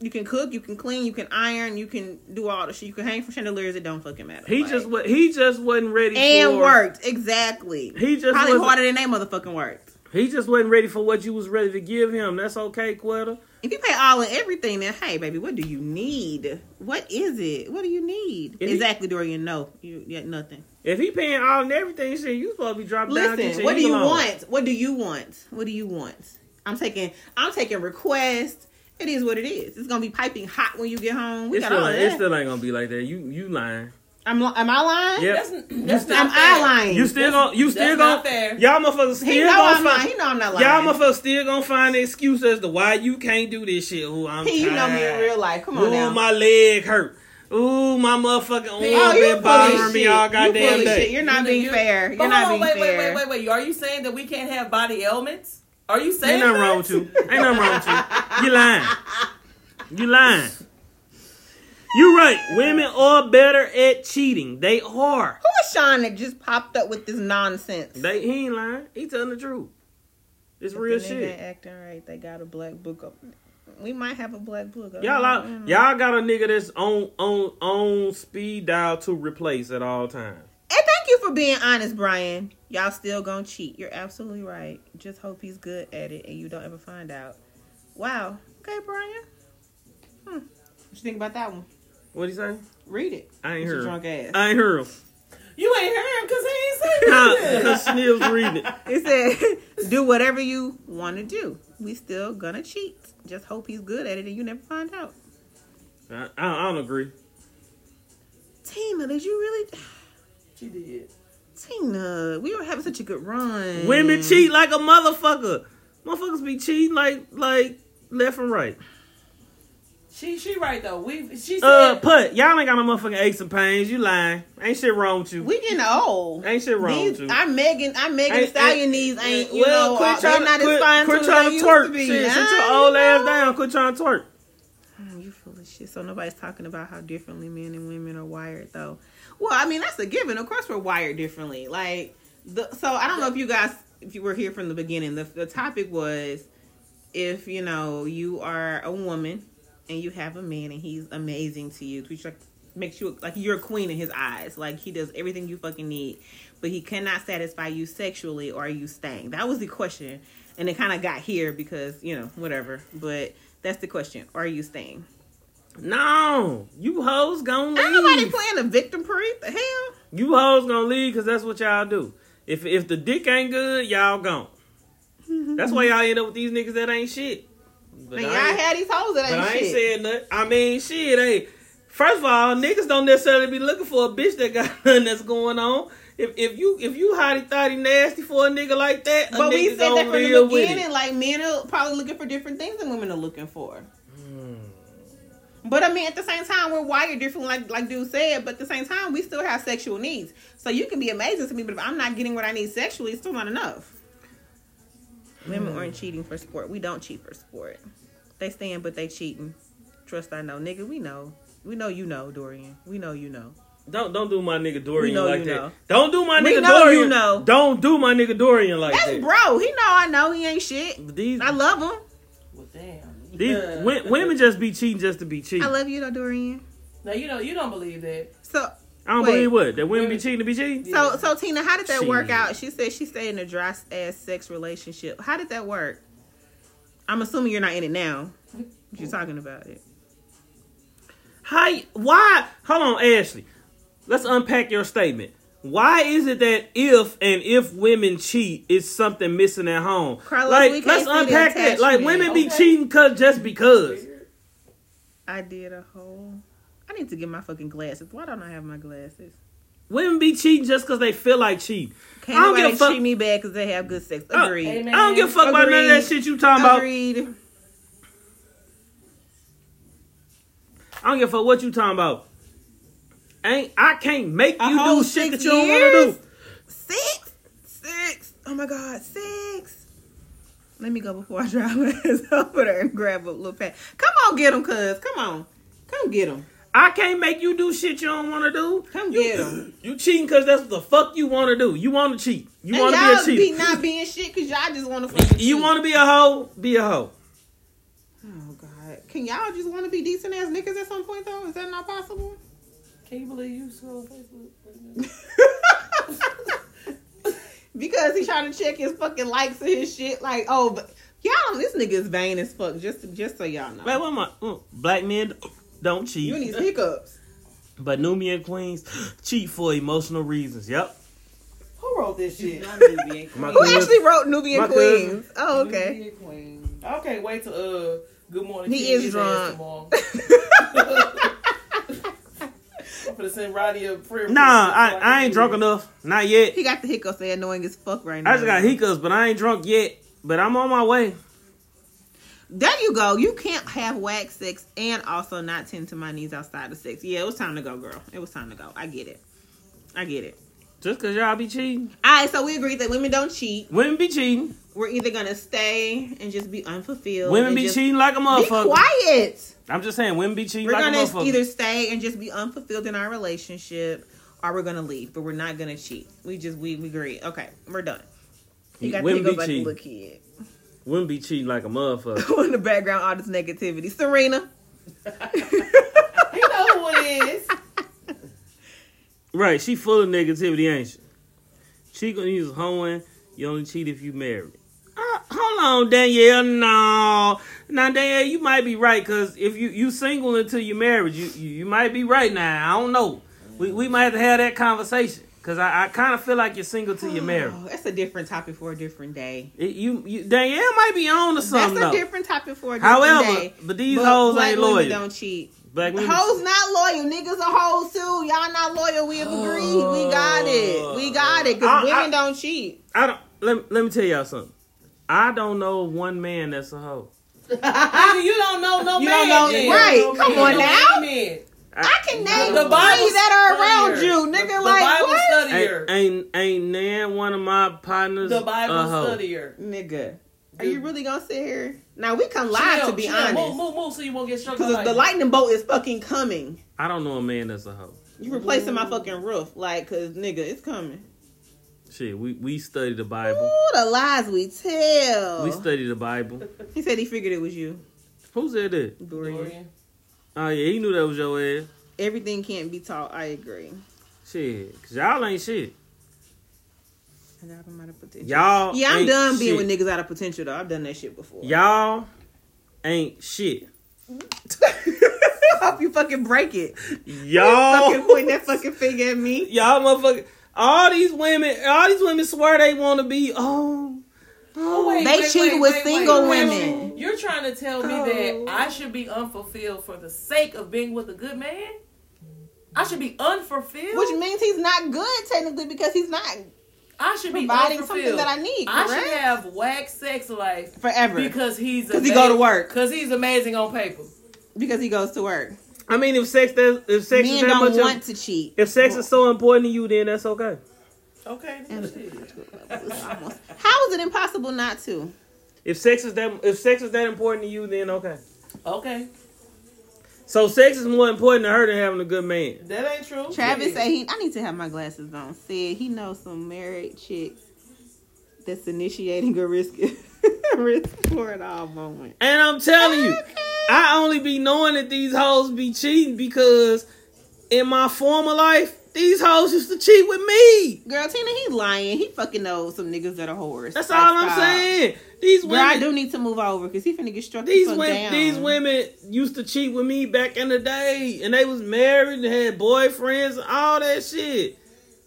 Speaker 2: you can cook, you can clean, you can iron, you can do all the shit. You can hang from chandeliers. It don't fucking matter.
Speaker 1: he
Speaker 2: Like,
Speaker 1: just wa- he just wasn't ready
Speaker 2: and
Speaker 1: for
Speaker 2: worked exactly.
Speaker 1: He just
Speaker 2: Probably
Speaker 1: wasn't-
Speaker 2: harder than they motherfucking worked.
Speaker 1: He just wasn't ready for what you was ready to give him. That's okay, Quetta.
Speaker 2: If you pay all in everything, then hey, baby, what do you need? What is it? What do you need?
Speaker 1: If he-
Speaker 2: exactly, Dorian. No, you get nothing.
Speaker 1: If he paying all and everything, shit, you supposed to be dropping down.
Speaker 2: Listen,
Speaker 1: getting
Speaker 2: what do you
Speaker 1: alone.
Speaker 2: want? What do you want? What do you want? I'm taking I'm taking requests. It is what it is. It's gonna be piping hot when you get home. We
Speaker 1: It
Speaker 2: got
Speaker 1: still,
Speaker 2: all of
Speaker 1: ain't- it
Speaker 2: that.
Speaker 1: still ain't gonna be like that. You you lying.
Speaker 2: I'm li- am I lying?
Speaker 1: Yep.
Speaker 4: That's, that's
Speaker 2: Am
Speaker 4: not
Speaker 2: I
Speaker 4: fair.
Speaker 2: lying?
Speaker 1: You still
Speaker 4: That's-
Speaker 1: gonna you still
Speaker 4: that's
Speaker 1: gonna
Speaker 4: not fair.
Speaker 1: y'all motherfuckers
Speaker 2: he
Speaker 1: still
Speaker 2: know
Speaker 1: gonna find
Speaker 2: I'm lying. He know I'm not
Speaker 1: y'all
Speaker 2: lying.
Speaker 1: motherfuckers still gonna find the excuse as to why you can't do this shit. Ooh, I'm
Speaker 2: he, you know me in
Speaker 1: tired.
Speaker 2: real life. Come
Speaker 1: Ooh,
Speaker 2: on now.
Speaker 1: my leg hurt. Ooh, my motherfucking arm
Speaker 4: Oh, you
Speaker 1: been
Speaker 2: you full
Speaker 1: bothering
Speaker 2: of
Speaker 1: me
Speaker 2: shit.
Speaker 1: all
Speaker 2: You
Speaker 1: goddamn
Speaker 2: full of
Speaker 1: day.
Speaker 2: shit. You're not
Speaker 4: You-
Speaker 2: being
Speaker 4: you-
Speaker 2: fair. You're
Speaker 4: But
Speaker 2: not
Speaker 4: hold
Speaker 2: being
Speaker 4: on, wait,
Speaker 2: fair.
Speaker 4: Wait, wait, wait, wait. Are you saying that we can't have body ailments? Are you saying
Speaker 1: Ain't nothing
Speaker 4: that?
Speaker 1: wrong with you. Ain't nothing wrong with you. You lying. You lying. You right. Women are better at cheating. They are.
Speaker 2: Who is Sean that just popped up with this nonsense?
Speaker 1: They he ain't lying. He telling the truth. It's real
Speaker 2: If the nigga
Speaker 1: shit.
Speaker 2: ain't Acting right. They got a black book up. we might have a black book. I
Speaker 1: Y'all, out,
Speaker 2: don't know.
Speaker 1: y'all got a nigga that's on on on speed dial to replace at all times.
Speaker 2: And thank you for being honest, Brian. Y'all still gonna cheat. You're absolutely right. Just hope he's good at it and you don't ever find out. Wow. Okay, Brian. Hmm. What you think about that one?
Speaker 1: What he say?
Speaker 2: Read it.
Speaker 1: I ain't
Speaker 2: It's your
Speaker 1: heard.
Speaker 2: drunk ass.
Speaker 1: him. I ain't heard him.
Speaker 4: You ain't heard him because he ain't saying nothing.
Speaker 1: Cause Snips reading it.
Speaker 2: It said, do whatever you want to do. We still gonna cheat. Just hope he's good at it and you never find out.
Speaker 1: I, I, I don't agree.
Speaker 2: Tina, did you really?
Speaker 4: She did.
Speaker 2: Tina, we were having such a good run.
Speaker 1: Women cheat like a motherfucker. Motherfuckers be cheating like like left and right.
Speaker 4: She she right though. We she said
Speaker 1: Uh, put y'all ain't got no motherfucking aches and pains. You lying? Ain't shit wrong with you.
Speaker 2: We getting old.
Speaker 1: ain't shit wrong
Speaker 2: These,
Speaker 1: with you.
Speaker 2: our Megan, our Megan
Speaker 1: Ain't-
Speaker 2: Stallion
Speaker 1: ain't-
Speaker 2: knees ain't, you
Speaker 1: well,
Speaker 2: know,
Speaker 1: quit
Speaker 2: quit they're
Speaker 1: trying
Speaker 2: not
Speaker 1: to
Speaker 2: as
Speaker 1: quit,
Speaker 2: fine
Speaker 1: quit
Speaker 2: tuned
Speaker 1: trying
Speaker 2: as
Speaker 1: to
Speaker 2: they
Speaker 1: twerk.
Speaker 2: used to be.
Speaker 1: Shit, sit your
Speaker 2: Nah,
Speaker 1: old
Speaker 2: you
Speaker 1: ass
Speaker 2: know.
Speaker 1: down. Quit trying to twerk.
Speaker 2: Mm, You full of shit. So nobody's talking about how differently men and women are wired, though. Well, I mean that's a given. Of course, we're wired differently. Like, the, so I don't know if you guys, if you were here from the beginning, the the topic was if you know you are a woman and you have a man and he's amazing to you, which like makes you like you're a queen in his eyes. Like he does everything you fucking need, but he cannot satisfy you sexually. Or are you staying? That was the question, and it kind of got here because you know whatever. But that's the question: Are you staying?
Speaker 1: No, you hoes gonna leave.
Speaker 2: Ain't nobody playing a victim parade. The hell?
Speaker 1: You hoes gonna leave because that's what y'all do. If if the dick ain't good, y'all gone. That's why y'all end up with these niggas that ain't shit. But
Speaker 2: Man, y'all
Speaker 1: I ain't,
Speaker 2: had these hoes that
Speaker 1: but I
Speaker 2: ain't
Speaker 1: ain't
Speaker 2: shit.
Speaker 1: saying nothing. I mean, shit, hey. First of all, niggas don't necessarily be looking for a bitch that got nothing that's going on. If if you if you hotty thotty nasty for a nigga like that, a
Speaker 2: but
Speaker 1: nigga
Speaker 2: we said that
Speaker 1: gonna
Speaker 2: from
Speaker 1: live
Speaker 2: the
Speaker 1: with it.
Speaker 2: beginning. Like men are probably looking for different things than women are looking for. But I mean, at the same time, we're wired different, like like dude said. But at the same time, we still have sexual needs. So you can be amazing to me, but if I'm not getting what I need sexually, it's still not enough. Women aren't cheating for sport. We don't cheat for sport. They stand, but they cheating. Trust I know, nigga. We know. We know you know, Dorian. We know you know.
Speaker 1: Don't don't do my nigga Dorian
Speaker 2: know
Speaker 1: like
Speaker 2: you
Speaker 1: that.
Speaker 2: know.
Speaker 1: Don't do my
Speaker 2: We
Speaker 1: nigga
Speaker 2: know you
Speaker 1: Dorian.
Speaker 2: know.
Speaker 1: Don't do my nigga Dorian like
Speaker 2: That's
Speaker 1: that.
Speaker 2: bro. He know I know he ain't shit.
Speaker 1: These
Speaker 2: I love him.
Speaker 4: Well damn.
Speaker 1: these
Speaker 4: Yeah.
Speaker 1: wo- women just be cheating just to be cheating.
Speaker 2: I
Speaker 1: I,
Speaker 2: love you though, Dorian.
Speaker 4: Now you know you don't believe that.
Speaker 2: So
Speaker 1: don't
Speaker 2: wait.
Speaker 1: believe what that women be
Speaker 4: Women-
Speaker 1: cheating to be cheating.
Speaker 2: so so Tina, how did that work
Speaker 1: Shit.
Speaker 2: out? She said she stayed in a dry ass sex relationship. How did that work? I'm assuming you're not in it now. You're talking about it.
Speaker 1: How? y- Why? Hold on, Ashley. Let's unpack your statement. Why is it that if and if women cheat, it's something missing at home?
Speaker 2: Carlos,
Speaker 1: like,
Speaker 2: we can't
Speaker 1: let's
Speaker 2: see the
Speaker 1: unpack that. Like,
Speaker 2: attachment.
Speaker 1: women be
Speaker 4: Okay.
Speaker 1: cheating cause just because.
Speaker 2: I did a whole. I need to get my fucking glasses. Why don't I have my glasses?
Speaker 1: Women be cheating just cause they feel like cheating.
Speaker 2: Can't
Speaker 1: I don't
Speaker 2: nobody
Speaker 1: give a fuck.
Speaker 2: treat me bad because they have good sex.
Speaker 1: Oh,
Speaker 2: Agreed.
Speaker 1: I don't give a fuck about none of that shit you talking about.
Speaker 2: Agreed.
Speaker 1: I don't give a fuck what you talking about. Ain't I can't make
Speaker 2: A
Speaker 1: you
Speaker 2: whole
Speaker 1: do shit that
Speaker 2: six
Speaker 1: you don't want
Speaker 2: years?
Speaker 1: to do.
Speaker 2: Six, six. Oh my God, six. Let me go before I drive my ass over there and grab a little pat. Come on, get him, cuz. Come on, come get him.
Speaker 1: I can't make you do shit you don't want to do.
Speaker 2: Come
Speaker 1: you,
Speaker 2: get 'em.
Speaker 1: You cheating because that's what the fuck you want to do. You want to cheat. You want
Speaker 2: and y'all
Speaker 1: to be a
Speaker 2: be
Speaker 1: cheater.
Speaker 2: not being shit because y'all just want to fucking.
Speaker 1: you
Speaker 2: cheat.
Speaker 1: want to be a hoe? Be a hoe.
Speaker 2: Oh God, can y'all just want to be decent ass niggas at some point though? Is that not possible?
Speaker 4: Can you believe you scroll Facebook? right now?
Speaker 2: because he trying to check his fucking likes and his shit. Like, oh, but y'all, this nigga's vain as fuck. Just, just so y'all know,
Speaker 1: Like, what am I? mm, Black men don't cheat,
Speaker 2: you need hiccups.
Speaker 1: but Nubian queens cheat for emotional reasons. Yep.
Speaker 4: Who wrote this shit?
Speaker 1: My
Speaker 2: Who
Speaker 1: cousin-
Speaker 2: actually wrote Nubian
Speaker 1: my cousin-
Speaker 2: Queens? Oh, okay.
Speaker 4: Nubian Queen. I can't wait to uh good morning.
Speaker 2: He
Speaker 4: King
Speaker 2: is
Speaker 4: his
Speaker 2: drunk.
Speaker 4: ass tomorrow. I'm gonna send Roddy a prayer.
Speaker 1: Nah, I, I ain't drunk enough. Not yet.
Speaker 2: He got the hiccups. They're annoying as fuck right now.
Speaker 1: I just got hiccups, but I ain't drunk yet. But I'm on my way.
Speaker 2: There you go. You can't have wax sex and also not tend to my needs outside of sex. Yeah, it was time to go, girl. It was time to go. I get it. I get it.
Speaker 1: Just because y'all be cheating.
Speaker 2: All right, so we agreed that women don't cheat.
Speaker 1: Women be cheating.
Speaker 2: We're either gonna stay and just be unfulfilled.
Speaker 1: Women
Speaker 2: and
Speaker 1: be
Speaker 2: just-
Speaker 1: cheating like a
Speaker 2: Be
Speaker 1: motherfucker.
Speaker 2: quiet.
Speaker 1: I'm just saying, women be cheating
Speaker 2: We're
Speaker 1: like a
Speaker 2: gonna
Speaker 1: motherfucker.
Speaker 2: either stay and just be unfulfilled in our relationship, or we're gonna leave. But we're not gonna cheat. We just we we agree. Okay, we're done. He got the
Speaker 1: women
Speaker 2: hiccups
Speaker 1: be
Speaker 2: like a
Speaker 1: cheating.
Speaker 2: little kid.
Speaker 1: Wouldn't be cheating like a motherfucker.
Speaker 2: in the background, all this negativity. Serena.
Speaker 4: You know who it is.
Speaker 1: Right, she full of negativity, ain't she? She gonna use hoeing. You only cheat if you married. Uh, hold on, Danielle. No, now Danielle, you might be right because if you you single until you married, you, you you might be right now. I don't know. We we might have to have that conversation because I, I kind of feel like you're single till you're married.
Speaker 2: Oh, that's a different topic for a different day.
Speaker 1: It- you, you Danielle might be on to
Speaker 2: That's
Speaker 1: something.
Speaker 2: a
Speaker 1: though.
Speaker 2: different topic for a different
Speaker 1: However,
Speaker 2: day.
Speaker 1: but these
Speaker 2: But
Speaker 1: hoes
Speaker 2: black
Speaker 1: ain't
Speaker 2: women
Speaker 1: loyal.
Speaker 2: Don't cheat.
Speaker 1: Black women.
Speaker 2: Hoes not loyal. Niggas are hoes too. Y'all not loyal. We have agreed. We got it. We got it.
Speaker 1: I-
Speaker 2: Cause women
Speaker 1: I-
Speaker 2: don't cheat.
Speaker 1: I don't. Let, let me tell y'all something. I don't know one man that's a hoe.
Speaker 4: Nigga, you don't know no
Speaker 2: You
Speaker 4: man.
Speaker 2: don't know-
Speaker 4: then.
Speaker 2: right.
Speaker 4: You don't know
Speaker 2: Come
Speaker 4: men.
Speaker 2: on
Speaker 4: You don't
Speaker 2: now.
Speaker 4: know men.
Speaker 2: I can name
Speaker 4: The
Speaker 2: three
Speaker 4: Bible
Speaker 2: that are around
Speaker 4: studier.
Speaker 2: you,
Speaker 4: The-
Speaker 2: nigga.
Speaker 4: the
Speaker 2: like
Speaker 4: Bible
Speaker 2: what?
Speaker 4: studier.
Speaker 1: Ain't ain't ain't nan one of my partners.
Speaker 4: The Bible
Speaker 1: a hoe.
Speaker 4: studier.
Speaker 2: Nigga, are
Speaker 4: Dude.
Speaker 2: you really gonna sit here? Now we can lie
Speaker 4: Chill,
Speaker 2: to be
Speaker 4: chill. Move,
Speaker 2: honest,
Speaker 4: move, move, so you won't get struck. by
Speaker 2: because the lightning bolt is fucking coming.
Speaker 1: I don't know a man that's a hoe.
Speaker 2: You replacing my fucking roof, like, cause nigga, it's coming.
Speaker 1: Shit, we we study the Bible.
Speaker 2: Ooh, the lies we tell.
Speaker 4: Oh.
Speaker 1: We study the Bible.
Speaker 2: he said he figured it was you,
Speaker 1: Who said that?
Speaker 2: Dorian.
Speaker 4: Dorian.
Speaker 1: Oh yeah, he knew that was your ass.
Speaker 2: Everything can't be taught. I agree.
Speaker 1: Shit, cause y'all ain't shit.
Speaker 2: I got him out of potential.
Speaker 1: Y'all.
Speaker 2: yeah, I'm
Speaker 1: ain't
Speaker 2: done being
Speaker 1: shit.
Speaker 2: with niggas out of potential though. I've done that shit before.
Speaker 1: Y'all ain't shit.
Speaker 2: I hope you fucking break it. Fucking
Speaker 1: Y'all.
Speaker 2: point that fucking finger at me.
Speaker 1: y'all motherfucker. All these women. All these women swear they want to be. Oh.
Speaker 4: Oh, wait,
Speaker 2: They
Speaker 4: wait,
Speaker 2: cheated
Speaker 4: wait,
Speaker 2: with
Speaker 4: wait,
Speaker 2: single
Speaker 4: wait.
Speaker 2: women.
Speaker 4: You're trying to tell me
Speaker 2: Oh.
Speaker 4: that I should be unfulfilled for the sake of being with a good man? I should be unfulfilled.
Speaker 2: Which means he's not good technically because he's not
Speaker 4: I should be
Speaker 2: providing something
Speaker 4: unfulfilled.
Speaker 2: that I need.
Speaker 4: I should
Speaker 2: correct?
Speaker 4: have whack sex life
Speaker 2: forever
Speaker 4: because he's
Speaker 2: 'Cause he go to work.
Speaker 4: because he's amazing on paper.
Speaker 2: because he goes to work.
Speaker 1: I mean, if sex that if sex is
Speaker 2: Men
Speaker 1: that much,
Speaker 2: don't
Speaker 1: of-
Speaker 2: want to cheat.
Speaker 1: if sex is so important to you, then that's okay.
Speaker 4: Okay.
Speaker 2: And-
Speaker 4: that's it.
Speaker 2: It's almost- How is it impossible not to?
Speaker 1: If sex is that if sex is that important to you, then okay.
Speaker 4: Okay.
Speaker 1: So sex is more important to her than having a good man.
Speaker 4: That ain't true.
Speaker 2: Travis
Speaker 4: Shit.
Speaker 2: say he. I need to have my glasses on. Said he knows some married chicks that's initiating a risk risk for it all moment.
Speaker 1: And I'm telling you, I only be knowing that these hoes be cheating because in my former life, these hoes used to cheat with me.
Speaker 2: Girl, Tina, he lying. He fucking knows some niggas that are whores.
Speaker 1: That's
Speaker 2: Like,
Speaker 1: all I'm
Speaker 2: stop.
Speaker 1: saying. These
Speaker 2: Girl, I do
Speaker 1: women,
Speaker 2: need to move over because he finna get struck. the
Speaker 1: these
Speaker 2: fuck
Speaker 1: women,
Speaker 2: down.
Speaker 1: these women used to cheat with me back in the day, and they was married and had boyfriends and all that shit.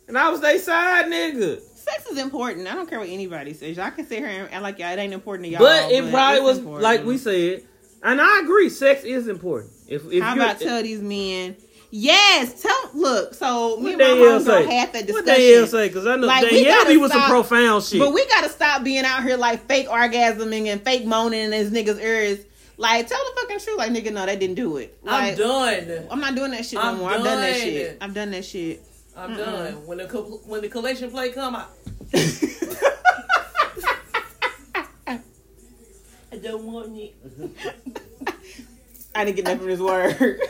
Speaker 1: And I was they side nigga.
Speaker 2: Sex is important. I don't care what anybody says. Y'all can sit here and act like y'all, it ain't important to y'all.
Speaker 1: but it probably
Speaker 2: it's
Speaker 1: was
Speaker 2: important.
Speaker 1: like we said, and I agree. Sex is important. If if
Speaker 2: How
Speaker 1: you
Speaker 2: about tell these men? Yes, tell. Look, so me
Speaker 1: what
Speaker 2: and my
Speaker 1: Danielle
Speaker 2: homegirl
Speaker 1: say?
Speaker 2: had that
Speaker 1: What Danielle
Speaker 2: discussion.
Speaker 1: say? Because I know
Speaker 2: Like, we
Speaker 1: Danielle
Speaker 2: gotta
Speaker 1: be with
Speaker 2: stop-
Speaker 1: some profound shit. uh,
Speaker 2: But we gotta stop being out here like fake orgasming and fake moaning in his niggas' ears. Like, tell the fucking truth. Like, nigga, no, they didn't do it.
Speaker 4: I'm
Speaker 2: Like,
Speaker 4: done.
Speaker 2: I'm not doing that shit no
Speaker 4: I'm
Speaker 2: more. I've done that
Speaker 4: done.
Speaker 2: shit. I've done that shit.
Speaker 4: I'm done. When the co- when the collection plate come, I, I don't want it.
Speaker 2: I didn't get nothing from this word.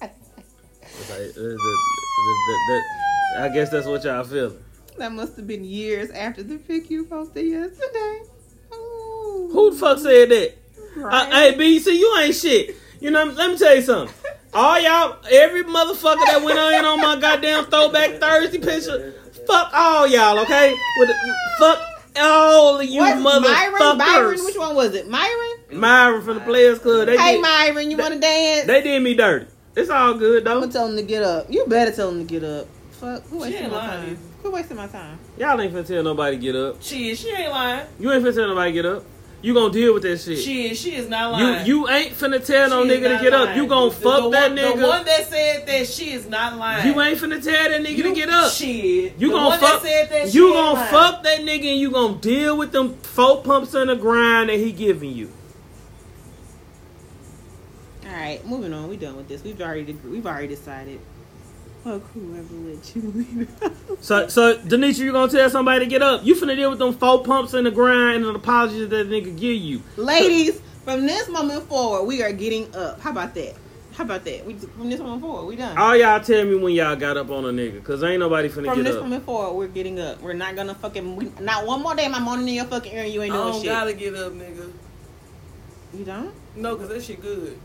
Speaker 1: Like, uh, the- the- the- the- I guess that's what y'all feeling.
Speaker 2: that must have been years after the pic you posted yesterday. Ooh.
Speaker 1: Who the fuck said that? Uh,
Speaker 2: Right.
Speaker 1: hey, BC, you ain't shit. You know, let me tell you something. All y'all, every motherfucker that went on in on my goddamn throwback Thursday picture, fuck all y'all, okay? With the, fuck all of you
Speaker 2: What's Myron?
Speaker 1: motherfuckers.
Speaker 2: Byron, which one was it? Myron?
Speaker 1: Myron from the Players Club. They,
Speaker 2: Hey,
Speaker 1: did,
Speaker 2: Myron, you want to dance?
Speaker 1: they did me dirty. It's all good
Speaker 2: I'm
Speaker 1: though.
Speaker 2: gonna tell him to get up. You better tell him to get up. Fuck, who wasting
Speaker 4: ain't
Speaker 2: my
Speaker 4: lying.
Speaker 2: time? Who wasting my time?
Speaker 1: Y'all ain't finna tell nobody get up.
Speaker 4: She is. She ain't lying.
Speaker 1: You ain't finna tell nobody get up. You gonna deal with that shit.
Speaker 4: She is. She is not
Speaker 1: you
Speaker 4: lying.
Speaker 1: you ain't finna tell no
Speaker 4: She is
Speaker 1: nigga
Speaker 4: not
Speaker 1: to get up.
Speaker 4: lying.
Speaker 1: You gonna
Speaker 4: The-
Speaker 1: fuck
Speaker 4: the
Speaker 1: that
Speaker 4: one,
Speaker 1: nigga.
Speaker 4: The one that said that she is not lying.
Speaker 1: you ain't finna tell that nigga to get up.
Speaker 4: Shit.
Speaker 1: You
Speaker 4: The
Speaker 1: gonna
Speaker 4: one
Speaker 1: fuck.
Speaker 4: That said that she
Speaker 1: you
Speaker 4: ain't
Speaker 1: gonna
Speaker 4: lying.
Speaker 1: fuck that nigga and you gonna deal with them four pumps in the grind that he giving you.
Speaker 2: All right, moving on. We done with this. We've already deg- we've already decided. Fuck whoever let you leave.
Speaker 1: So so Denisha, you gonna tell somebody to get up. You finna deal with them four pumps in the grind and an apology that nigga give you.
Speaker 2: Ladies, from this moment forward, we are getting up. How about that? How about that? We from this moment forward, we done.
Speaker 1: All y'all tell me when y'all got up on a nigga, cause ain't nobody finna
Speaker 2: From
Speaker 1: get
Speaker 2: this
Speaker 1: up.
Speaker 2: moment forward, we're getting up. We're not gonna fucking. We, not one more day my morning in your fucking ear. and You
Speaker 4: I
Speaker 2: ain't doing
Speaker 1: Oh,
Speaker 4: don't
Speaker 2: shit.
Speaker 4: gotta get up, nigga.
Speaker 2: You don't?
Speaker 4: No, cause that shit good.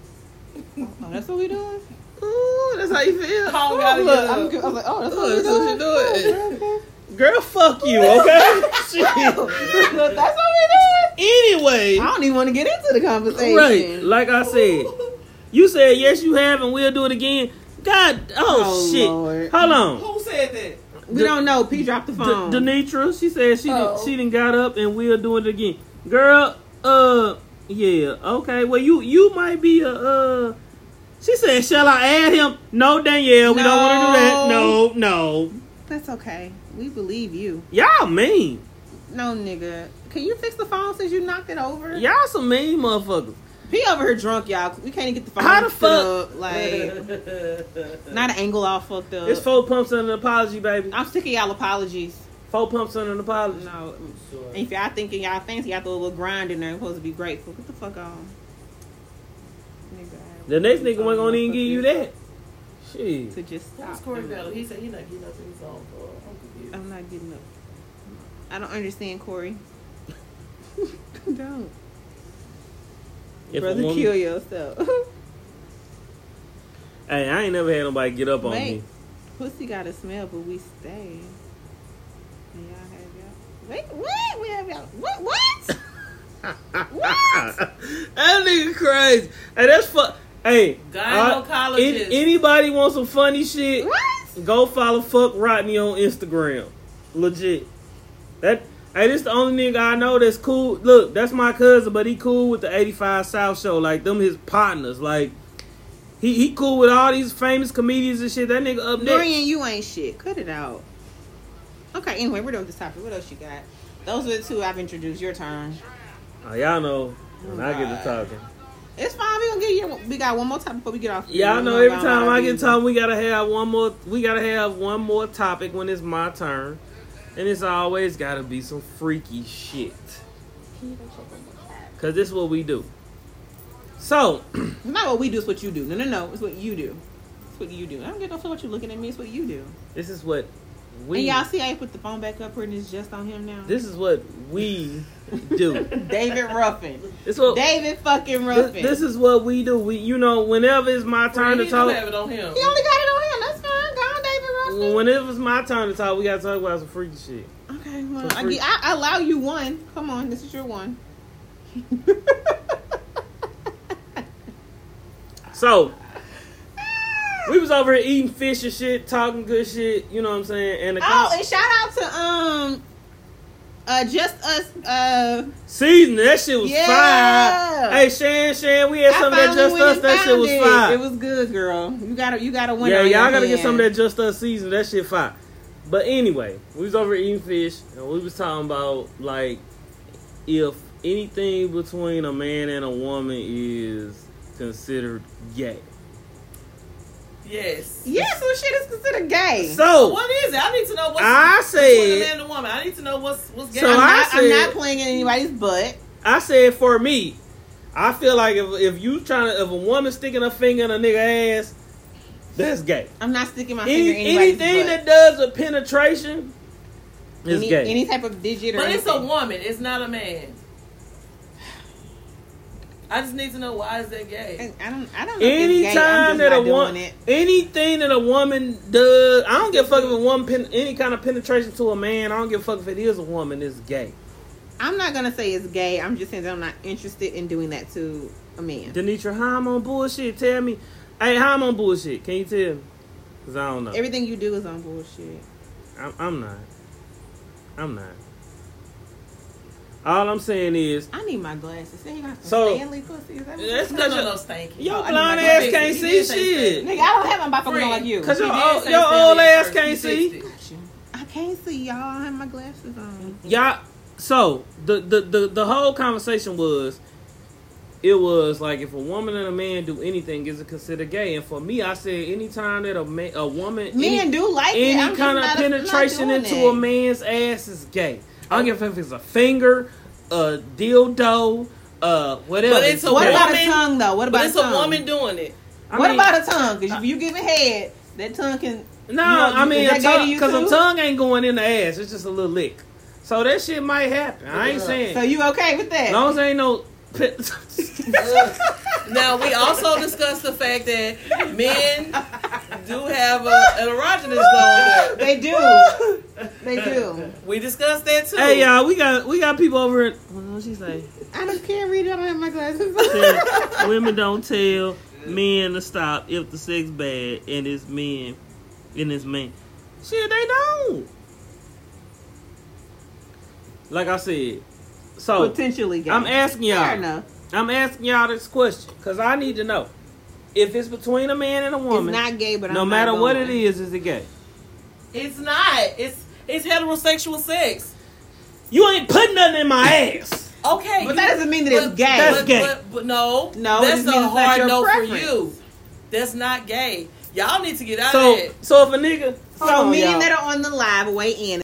Speaker 2: Oh, that's what we doing.
Speaker 1: Ooh, that's how you feel.
Speaker 4: I don't
Speaker 2: Oh,
Speaker 4: gotta
Speaker 2: look, I'm,
Speaker 4: get up.
Speaker 2: I was like, oh, that's what
Speaker 4: Oh,
Speaker 2: we
Speaker 4: that's what you
Speaker 2: doing.
Speaker 4: doing.
Speaker 1: Girl, fuck you, okay? Shit.
Speaker 2: Oh, Look, that's what we
Speaker 1: anyway,
Speaker 2: doing. I don't even want to get into the conversation.
Speaker 1: right? Like I said, you said yes, you have, and we'll do it again. God, oh,
Speaker 2: Oh,
Speaker 1: shit!
Speaker 2: Lord.
Speaker 1: Hold on.
Speaker 4: Who said that?
Speaker 2: We
Speaker 1: The-
Speaker 2: don't know. P dropped the phone.
Speaker 1: D- Denitra, she said she
Speaker 4: Oh.
Speaker 1: did, she didn't got up and we'll do it again. Girl, uh, yeah, okay. Well, you you might be a uh. She said, "Shall I add him?" No, Danielle, we don't want to do that. No,
Speaker 2: No.
Speaker 1: no,
Speaker 2: That's okay. We believe you.
Speaker 1: y'all mean.
Speaker 2: No, nigga. Can you fix the phone since you knocked it over?
Speaker 1: Y'all some mean motherfuckers.
Speaker 2: He over here drunk, y'all. We can't even get the phone.
Speaker 1: How the
Speaker 2: stood
Speaker 1: fuck-
Speaker 2: Up. Like, not an angle all fucked up.
Speaker 1: It's four pumps and an apology, baby.
Speaker 2: I'm sick of y'all apologies.
Speaker 1: Four pumps and an apology.
Speaker 2: No. If y'all thinking y'all fancy, y'all throw a little grind in there. Supposed to be grateful. Get the fuck on. Nigga, I-
Speaker 1: The next nigga wasn't gonna even give you that. Shit.
Speaker 2: To just
Speaker 4: That
Speaker 2: stop.
Speaker 4: was Corey Bell. He said he not getting up in his own floor. I'm confused.
Speaker 2: I'm not getting up. I don't understand, Corey. don't.
Speaker 1: If a
Speaker 2: Brother,
Speaker 1: woman-
Speaker 2: kill yourself.
Speaker 1: Hey, I ain't never had nobody get up on
Speaker 2: Mate.
Speaker 1: me.
Speaker 2: Pussy got a smell, but we stay. And y'all have y'all. Wait, what? We have y'all. What? What?
Speaker 1: that nigga crazy. Hey, that's fuck. Hey, uh,
Speaker 4: Gynecologist.
Speaker 1: an- anybody want some funny shit?
Speaker 2: what?
Speaker 1: Go follow fuck Rodney on Instagram. Legit. That hey, this the only nigga I know that's cool. Look, that's my cousin, but he cool with the eighty five South Show. Like them his partners. Like he he cool with all these famous comedians and shit. That nigga up next.
Speaker 2: Dorian, you ain't shit. Cut it out. Okay, anyway, we're done with this topic. What else you got? Those are the two I've introduced. Your turn.
Speaker 1: Oh, y'all know when I get to talking.
Speaker 2: It's fine. We gonna get you. We got one more topic before we get off. here.
Speaker 1: Y'all
Speaker 2: We
Speaker 1: know
Speaker 2: gonna
Speaker 1: every
Speaker 2: go on
Speaker 1: time
Speaker 2: our
Speaker 1: I get
Speaker 2: business.
Speaker 1: talking, we gotta have one more. We gotta have one more topic when it's my turn, and it's always gotta be some freaky shit. Cause this is what we do. So
Speaker 2: It's not what we do. It's what you do. No, no, no. It's what you do. It's what you do. I don't get no fuck what you looking at me. It's what you do.
Speaker 1: this is what we.
Speaker 2: and y'all see, I put the phone back up here and it's just on him now.
Speaker 1: This is what we do.
Speaker 2: David Ruffin.
Speaker 1: This what.
Speaker 2: David fucking
Speaker 1: This,
Speaker 2: Ruffin.
Speaker 1: this is what we do. We, you know, whenever it's my turn
Speaker 4: He
Speaker 1: to
Speaker 4: don't
Speaker 1: talk,
Speaker 4: have it on him.
Speaker 2: he only got it on him. That's fine. Go on, David Ruffin.
Speaker 1: whenever it's my turn to talk, we gotta talk about some freaky shit.
Speaker 2: Okay, well,
Speaker 1: For
Speaker 2: I,
Speaker 1: free.
Speaker 2: gi- I, I allow you one. Come on, this is your one.
Speaker 1: So we was over here eating fish and shit, talking good shit. You know what I'm saying? And the
Speaker 2: oh, and shout out to um, uh, just us. Uh,
Speaker 1: season that shit was
Speaker 2: Yeah.
Speaker 1: fire. Hey, Shan, Shan, we had
Speaker 2: I
Speaker 1: some of that
Speaker 2: finally
Speaker 1: Just
Speaker 2: went and
Speaker 1: Us. That shit
Speaker 2: found
Speaker 1: was
Speaker 2: it.
Speaker 1: fire.
Speaker 2: It was good, girl. You gotta, you gotta win.
Speaker 1: yeah,
Speaker 2: on
Speaker 1: y'all
Speaker 2: your
Speaker 1: gotta get
Speaker 2: hand.
Speaker 1: some of that Just Us season. That shit fire. But anyway, we was over eating fish, and we was talking about like if anything between a man and a woman is considered gay.
Speaker 4: Yes.
Speaker 2: Yeah, some shit is considered gay.
Speaker 1: So
Speaker 4: What is it? I need to know what's
Speaker 1: Oh. I
Speaker 4: between a
Speaker 1: said-
Speaker 4: man and a woman. I need to know what's what's gay.
Speaker 1: So
Speaker 2: I'm,
Speaker 1: I
Speaker 2: not, I'm
Speaker 1: said-
Speaker 2: not playing in anybody's butt.
Speaker 1: I said for me, I feel like if if you trying to if a woman sticking her finger in a nigga ass, that's gay.
Speaker 2: I'm not sticking my
Speaker 1: Any,
Speaker 2: finger in anybody's
Speaker 1: anything that
Speaker 2: butt.
Speaker 1: does a penetration is
Speaker 2: any,
Speaker 1: gay.
Speaker 2: any type of digit or
Speaker 4: but it's a
Speaker 2: anything.
Speaker 4: woman. It's not a man. I just need to know why is that gay?
Speaker 2: I don't, I don't know. if it's gay, I'm
Speaker 1: Anytime
Speaker 2: just
Speaker 1: that
Speaker 2: not
Speaker 1: a
Speaker 2: doing
Speaker 1: woman,
Speaker 2: it.
Speaker 1: anything that a woman does, I don't give a fuck if a woman pen, any kind of penetration to a man. I don't give a fuck if it is a woman. It's gay.
Speaker 2: I'm not gonna say it's gay. I'm just saying that I'm not interested in doing that to a man.
Speaker 1: Denitra, how I'm on bullshit? Tell me, hey, how I'm on bullshit? Can you tell me? Cause I don't know.
Speaker 2: Everything you do is on bullshit.
Speaker 1: I'm, I'm not. I'm not. All I'm saying is,
Speaker 2: I need my glasses. They got some
Speaker 1: So-
Speaker 2: Stanley pussy. Is that what
Speaker 1: That's
Speaker 2: you
Speaker 1: not
Speaker 4: No,
Speaker 1: your-
Speaker 4: no, no, stanky. Oh,
Speaker 1: your
Speaker 2: I need
Speaker 1: blind
Speaker 2: my
Speaker 1: ass
Speaker 2: glasses.
Speaker 1: can't
Speaker 4: He
Speaker 1: see
Speaker 4: did say
Speaker 1: shit.
Speaker 2: Nigga, I don't have my fucking
Speaker 4: Free.
Speaker 2: like you.
Speaker 1: Cause
Speaker 4: He
Speaker 1: your
Speaker 4: did
Speaker 1: old,
Speaker 4: say
Speaker 1: your
Speaker 4: Stanley
Speaker 1: old
Speaker 4: at
Speaker 1: ass
Speaker 4: first.
Speaker 1: can't
Speaker 4: He
Speaker 1: see.
Speaker 4: fixed it.
Speaker 2: I can't see y'all. I have my glasses on.
Speaker 1: Y'all, so the, the the the whole conversation was, it was like if a woman and a man do anything, is it considered gay? And for me, I said anytime that a man, a woman,
Speaker 2: Men
Speaker 1: any,
Speaker 2: do like it.
Speaker 1: any
Speaker 2: I'm just
Speaker 1: kind of
Speaker 2: not- I'm not
Speaker 1: penetration
Speaker 2: doing
Speaker 1: into
Speaker 2: that. Oh.
Speaker 1: a man's ass is gay. I don't give a fuck if it's a finger, a dildo, uh, whatever.
Speaker 4: But it's a
Speaker 2: What about
Speaker 4: woman-
Speaker 2: a tongue though? What about
Speaker 4: But it's
Speaker 2: a,
Speaker 4: a
Speaker 2: tongue?
Speaker 4: woman doing it.
Speaker 1: I
Speaker 2: what
Speaker 1: mean-
Speaker 2: about a tongue? Because if you give it head, that tongue can.
Speaker 1: No,
Speaker 2: You know,
Speaker 1: I mean
Speaker 2: is
Speaker 1: a
Speaker 2: that good to
Speaker 1: tongue
Speaker 2: you
Speaker 1: because
Speaker 2: too?
Speaker 1: a tongue ain't going in the ass. It's just a little lick. So that shit might happen. I ain't
Speaker 3: Yeah.
Speaker 1: saying
Speaker 2: So you okay with that?
Speaker 1: as long as there ain't no. pit-
Speaker 4: Now we also discussed the fact that men do have a, an erogenous zone. there.
Speaker 2: They do. they do.
Speaker 4: We discussed that too.
Speaker 1: hey y'all, we got we got people over. In, what she say?
Speaker 2: I don't can't read. it. I don't have my glasses.
Speaker 1: Said, Women don't tell men to stop if the sex bad and it's men and it's men. Shit, they don't. Like I said, so
Speaker 2: Potentially gay.
Speaker 1: I'm asking y'all.
Speaker 2: Fair enough.
Speaker 1: I'm asking y'all this question because I need to know if it's between a man and a woman.
Speaker 2: It's not gay, but
Speaker 1: no
Speaker 2: I'm
Speaker 1: matter
Speaker 2: not
Speaker 1: what
Speaker 2: going.
Speaker 1: it is, is it gay?
Speaker 4: it's not. It's it's heterosexual sex.
Speaker 1: You ain't putting nothing in my ass.
Speaker 4: Okay,
Speaker 2: But that doesn't mean that it's gay.
Speaker 1: That's
Speaker 4: but,
Speaker 1: gay.
Speaker 4: But, but no,
Speaker 2: No, it
Speaker 4: that's
Speaker 2: just
Speaker 4: a
Speaker 2: means it's not
Speaker 4: hard
Speaker 2: your
Speaker 4: no for
Speaker 2: preference.
Speaker 4: you. That's not gay. Y'all need to get out
Speaker 1: So,
Speaker 4: of that.
Speaker 1: so if a nigga,
Speaker 2: So
Speaker 1: hold on,
Speaker 2: men
Speaker 1: y'all.
Speaker 2: that are on the live weigh in